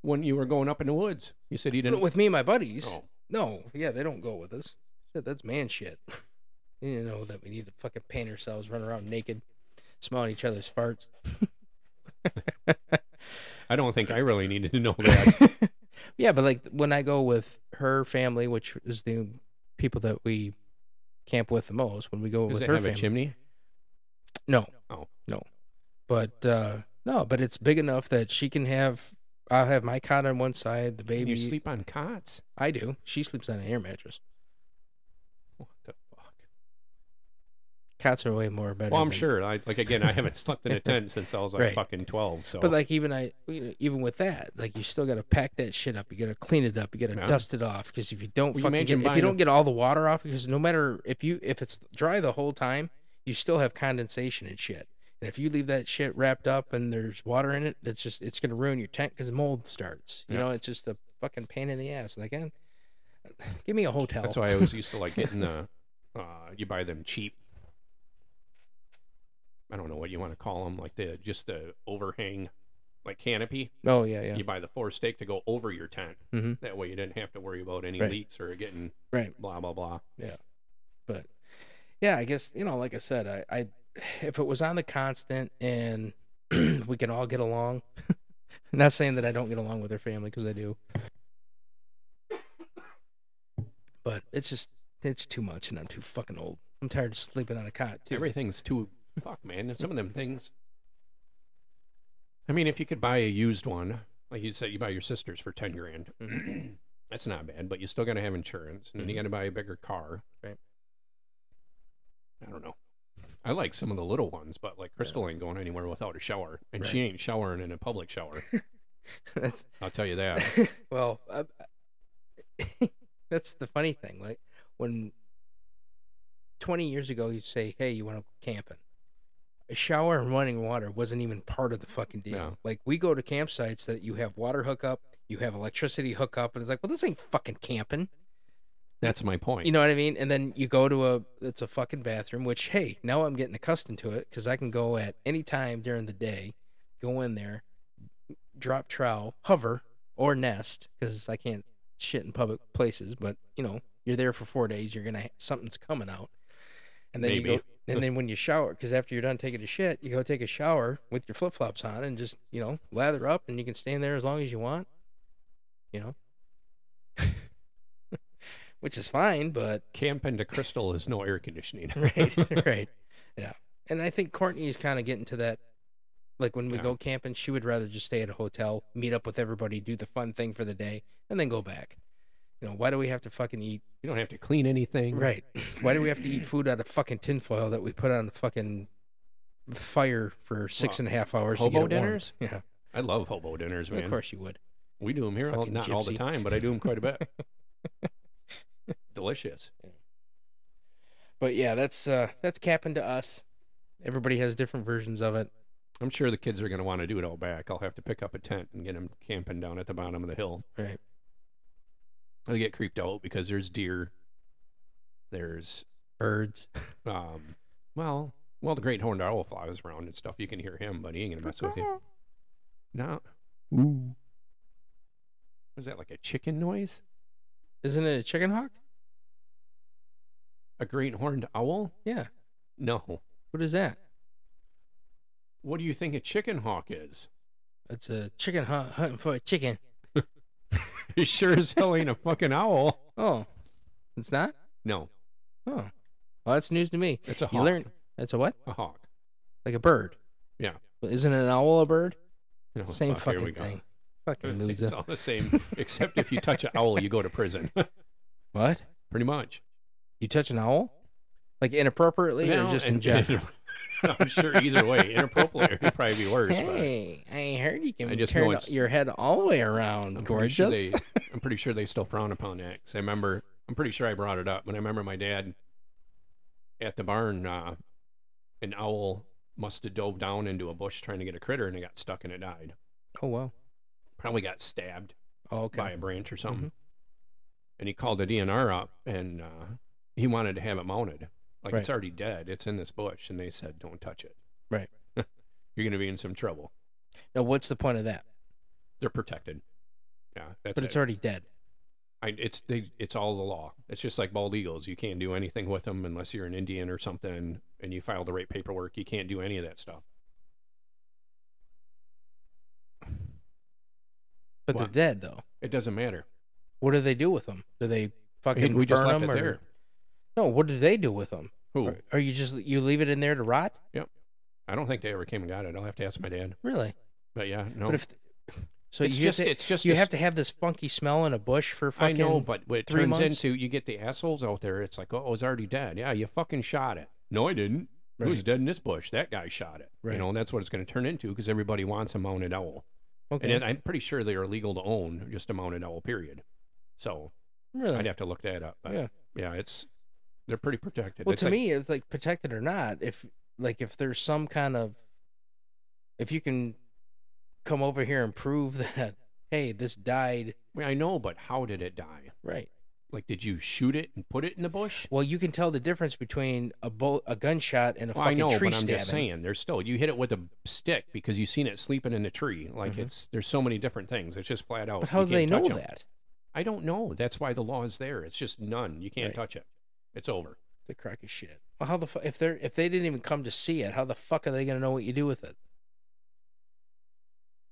S4: when you were going up in the woods. You said you didn't.
S1: With me and my buddies.
S4: Oh.
S1: No, yeah, they don't go with us. Shit, that's man shit. you know that we need to fucking paint ourselves, run around naked, smelling each other's farts.
S4: I don't think I really needed to know that.
S1: yeah, but like when I go with her family, which is the people that we camp with the most, when we go
S4: Does
S1: with
S4: it
S1: her
S4: have a
S1: family,
S4: chimney?
S1: no,
S4: Oh.
S1: no, but uh, no, but it's big enough that she can have. I'll have my cot on one side, the
S4: Maybe
S1: baby.
S4: you sleep on cots.
S1: I do. She sleeps on an air mattress.
S4: What the fuck?
S1: Cots are way more better.
S4: Well, I'm
S1: than-
S4: sure. I like again. I haven't slept in a tent since I was like
S1: Right.
S4: fucking twelve. So
S1: But like even I you know, even with that, like you still got to pack that shit up. You got to clean it up. You got to
S4: Yeah.
S1: dust it off because if you don't
S4: Well, you
S1: fucking get,
S4: imagine
S1: if you
S4: buying a-
S1: don't get all the water off, because no matter if you if it's dry the whole time, you still have condensation and shit. And if you leave that shit wrapped up and there's water in it, that's just it's gonna ruin your tent because mold starts. You
S4: Yeah.
S1: know, it's just a fucking pain in the ass. Like, eh, give me a hotel.
S4: that's why I always used to like getting the. Uh, you buy them cheap. I don't know what you want to call them, like the just the overhang, like canopy.
S1: Oh yeah, yeah,
S4: You buy the four stake to go over your tent.
S1: Mhm.
S4: That way you didn't have to worry about any
S1: Right.
S4: leaks or getting
S1: right.
S4: blah blah blah.
S1: but yeah, I guess you know, like I said, I, I if it was on the constant and we can all get along. not saying that I don't get along with her family because I do, but it's just it's too much, and I'm too fucking old. I'm tired of sleeping on a cot too.
S4: Everything's too fuck, man. And some of them things. I mean, if you could buy a used one, like you said, you buy your sister's for ten grand. That's not bad, but you still got to have insurance, and then you got to buy a bigger car.
S1: Mm-hmm. Right.
S4: I don't know. I like some of the little ones, but like Crystal ain't going anywhere without a shower, and she ain't showering in a public shower.
S1: That's
S4: I'll tell you that.
S1: well, I, I- that's the funny thing. Like when 20 years ago, you'd say, "Hey, you want to go camping?" A shower and running water wasn't even part of the fucking deal.
S4: No.
S1: Like we go to campsites that you have water hookup, you have electricity hookup, and it's like, well, this ain't fucking camping.
S4: That's my point.
S1: You know what I mean? And then you go to a it's a fucking bathroom, which hey, now I'm getting accustomed to it because I can go at any time during the day, go in there, drop trowel, hover or nest because I can't shit in public places. But you know, you're there for four days, you're gonna something's coming out, and then you
S4: Maybe.
S1: go. And then when you shower, because after you're done taking a shit, you go take a shower with your flip flops on and just you know lather up, and you can stay in there as long as you want, you know, which is fine. But
S4: Camping to Crystal is no air conditioning.
S1: right right yeah and i think courtney is kind of getting to that like when we
S4: Yeah.
S1: go camping she would rather just stay at a hotel meet up with everybody do the fun thing for the day and then go back you know why do we have to fucking eat
S4: You don't have to clean anything.
S1: right why do we have to eat food out of fucking tinfoil that we put on the fucking fire for six
S4: Well,
S1: and a half hours
S4: hobo
S1: to get it warm?
S4: dinners?
S1: yeah
S4: I love hobo dinners, man.
S1: of course you would
S4: We do them here, all,
S1: Fucking
S4: not all the
S1: gypsy.
S4: time, but I do them quite a bit. Delicious.
S1: but yeah that's uh that's capping to us everybody has different versions of it
S4: I'm sure the kids are going to want to do it all back. I'll have to pick up a tent and get them camping down at the bottom of the hill.
S1: right
S4: They'll get creeped out because there's deer, there's
S1: birds
S4: um, Well, well, the great horned owl flies around and stuff. You can hear him, but he ain't gonna mess with you. No. Ooh. Was that like a chicken noise?
S5: Isn't it a chicken hawk?
S4: A great horned owl?
S5: Yeah.
S4: No.
S5: What is that?
S4: What do you think a chicken hawk is?
S5: It's a chicken hunt, hunting for a chicken.
S4: It sure as hell ain't a fucking owl.
S5: Oh, it's not.
S4: No,
S5: Oh, well, that's news to me.
S4: it's a hawk.
S5: You learned that's a what?
S4: a hawk.
S5: Like a bird.
S4: Yeah.
S5: But isn't an owl a bird?
S4: No,
S5: Same
S4: fuck, here we
S5: fucking
S4: go.
S5: thing. Fucking
S4: It's
S5: loser.
S4: all the same, except if you touch an owl, you go to prison.
S5: What?
S4: Pretty much.
S5: You touch an owl? Like inappropriately
S4: Well,
S5: or just in
S4: and-
S5: general?
S4: I'm sure either way, inappropriate would probably be worse.
S5: Hey, I heard you can
S4: I just know
S5: turn
S4: it's-
S5: your head all the way around,
S4: but I'm pretty
S5: gorgeous.
S4: sure they, I'm pretty sure they still frown upon that. 'cause I remember, I'm pretty sure I brought it up, but I remember my dad at the barn, uh, an owl must have dove down into a bush trying to get a critter, and it got stuck and it died.
S5: Oh wow.
S4: Probably got stabbed.
S5: Oh, okay. Mm-hmm.
S4: by a branch or something. And he called the DNR up and uh, he wanted to have it mounted. Like it's
S5: Right.
S4: already dead. It's in this bush. And they said, don't touch it.
S5: Right.
S4: You're going to be in some trouble.
S5: Now what's the point of that?
S4: They're protected. Yeah. That's
S5: but
S4: it.
S5: it's already dead.
S4: I, it's, they, it's all the law. It's just like bald eagles. You can't do anything with them unless you're an Indian or something and you file the right paperwork. You can't do any of that stuff.
S5: But
S4: Wow.
S5: they're dead though.
S4: It doesn't matter.
S5: What do they do with them? Do they fucking
S4: we just
S5: burn
S4: left
S5: 'em
S4: it
S5: or...
S4: there.
S5: No, what do they do with them?
S4: Who?
S5: Or, or you just you leave it in there to rot?
S4: I don't think they ever came and got it. I'll have to ask my dad.
S5: Really?
S4: But yeah, no.
S5: But if so,
S4: it's
S5: you
S4: just,
S5: have to,
S4: it's just,
S5: you
S4: this-
S5: have to have this funky smell in a bush for
S4: I
S5: fucking.
S4: know, but what it
S5: three
S4: turns
S5: months?
S4: into you get the assholes out there. It's like, oh, it's already dead. Yeah, you fucking shot it. No, I didn't. It was
S5: Right.
S4: dead in this bush. That guy shot it.
S5: Right.
S4: You know, and that's what it's going to turn into because everybody wants a mounted owl,
S5: okay,
S4: and it, I'm pretty sure they are legal to own just a mounted owl. Period. So
S5: really.
S4: I'd have to look that up. But yeah,
S5: Yeah.
S4: it's they're pretty protected.
S5: well,
S4: It's
S5: to
S4: like-
S5: me, it's like protected or not. If like if there's some kind of, if you can come over here and prove that hey, this died
S4: Well, I know, but how did it die?
S5: right.
S4: Like, did you shoot it and put it in the bush?
S5: Well, you can tell the difference between a bull, a gunshot, and a
S4: Well, I
S5: fucking
S4: know,
S5: tree
S4: but I'm
S5: stabbing.
S4: just saying, there's still you hit it with a stick because you've seen it sleeping in a tree. Like
S5: Mhm.
S4: it's there's so many different things. It's just flat out.
S5: but how
S4: you
S5: do they
S4: can't touch
S5: know
S4: 'em.
S5: that?
S4: I don't know. That's why the law is there. It's just none. You can't
S5: Right.
S4: touch it. It's over.
S5: The crack of shit. Well, how the fu- if they're if they didn't even come to see it, how the fuck are they gonna know what you do with it?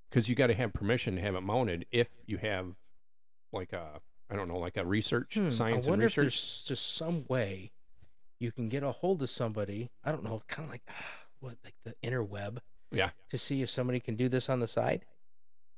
S4: Because you got to have permission to have it mounted. If you have, like a, I don't know, like a research
S5: Hmm,
S4: science
S5: I
S4: and
S5: wonder if
S4: research.
S5: there's just some way you can get a hold of somebody. I don't know, kind of like what, like the interweb,
S4: Yeah,
S5: to see if somebody can do this on the side.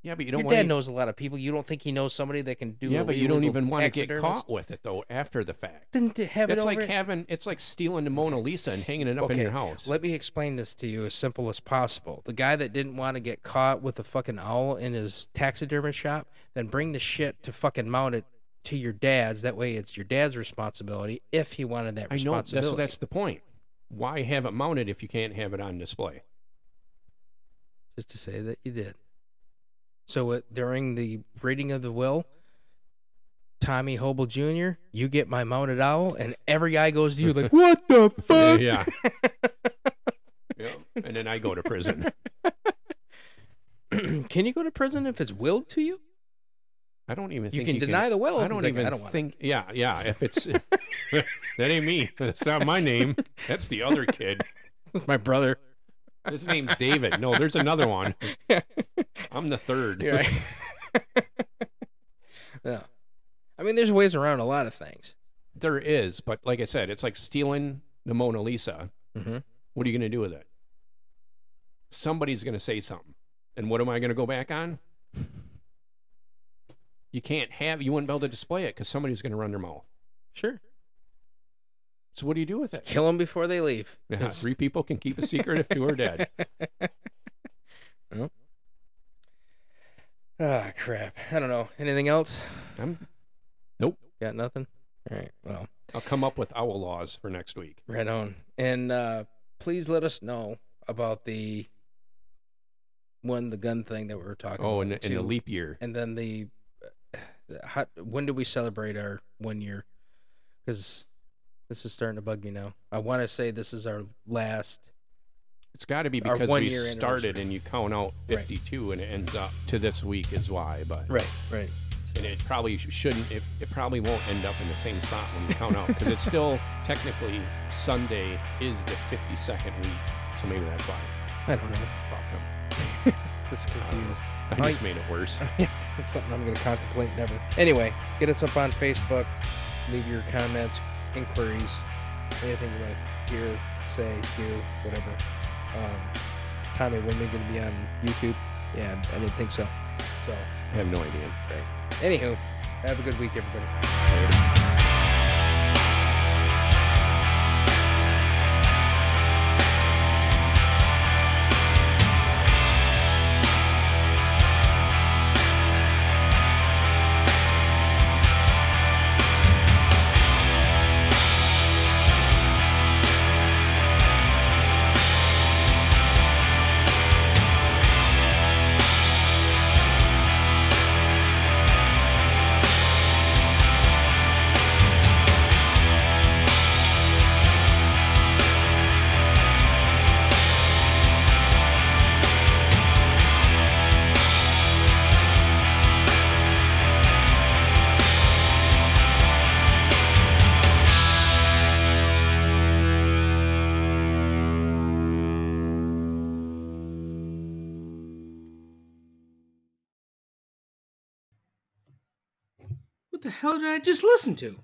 S4: yeah, but you
S5: Your
S4: don't
S5: dad
S4: want. to
S5: knows a lot of people. You don't think he knows somebody that can do?
S4: yeah, but you don't
S5: illegal
S4: even want to get
S5: taxidermist?
S4: caught with it though after the fact.
S5: Then to have
S4: It's
S5: it
S4: like
S5: over.
S4: having. It's like stealing the Mona Lisa and hanging it up in
S5: Okay,
S4: your house.
S5: Let me explain this to you as simple as possible. The guy that didn't want to get caught with a fucking owl in his taxidermist shop, then bring the shit to fucking mount it to your dad's. That way, it's your dad's responsibility if he wanted that
S4: I know.
S5: responsibility.
S4: That's that's the point. Why have it mounted if you can't have it on display?
S5: just to say that you did. So uh, during the reading of the will, Tommy Hobel Jr., you get my mounted owl, and every guy goes to you like, "What the fuck?"
S4: Yeah. yeah. And then I go to prison.
S5: can you go to prison if it's willed to you?
S4: I don't even
S5: You
S4: think
S5: can deny the will.
S4: I
S5: He's
S4: don't
S5: like,
S4: even
S5: "I don't want it."
S4: think. Yeah, yeah. If it's that ain't me. That's not my name. That's the other kid.
S5: That's my brother.
S4: His name's David. No, there's another one. I'm the third.
S5: You're right. yeah. I mean, there's ways around a lot of things.
S4: There is, but like I said, it's like stealing the Mona Lisa.
S5: Mm-hmm.
S4: What are you going to do with it? Somebody's going to say something. And what am I going to go back on? You can't have, you wouldn't be able to display it because somebody's going to run their mouth.
S5: Sure.
S4: So what do you do with it?
S5: Kill them before they leave.
S4: Yeah,
S5: 'cause-
S4: three people can keep a secret if two are dead.
S5: Yep. Ah, crap. I don't know. Anything else?
S4: I'm,
S5: Got nothing? All right. Well,
S4: I'll come up with owl laws for next week.
S5: right on. And uh, please let us know about the one, the gun thing that we were talking about.
S4: Oh, and, and the
S5: too.
S4: leap year.
S5: and then the, uh, the how, when do we celebrate our one year? Because This is starting to bug me now. I want to say this is our last.
S4: It's got to be
S5: Our
S4: because
S5: one
S4: we
S5: year
S4: started
S5: anniversary.
S4: and you count out
S5: Right.
S4: 52 and it ends up to this week is why. But
S5: Right, right.
S4: and it probably sh- shouldn't. It, it probably won't end up in the same spot when you count out because it's still technically Sunday is the 52nd week, so maybe that's why.
S5: I don't know.
S4: Fuck 'em.
S5: This confused.
S4: I
S5: Mike.
S4: just made it worse.
S5: It's something I'm going to contemplate never. Anyway, get us up on Facebook. Leave your comments, inquiries, anything you want to hear, say, do, whatever. Um, Tommy, when are going to be on YouTube? Yeah, I didn't think so. So,
S4: I have no idea.
S5: anywho, have a good week, everybody.
S6: What the hell did I just listen to?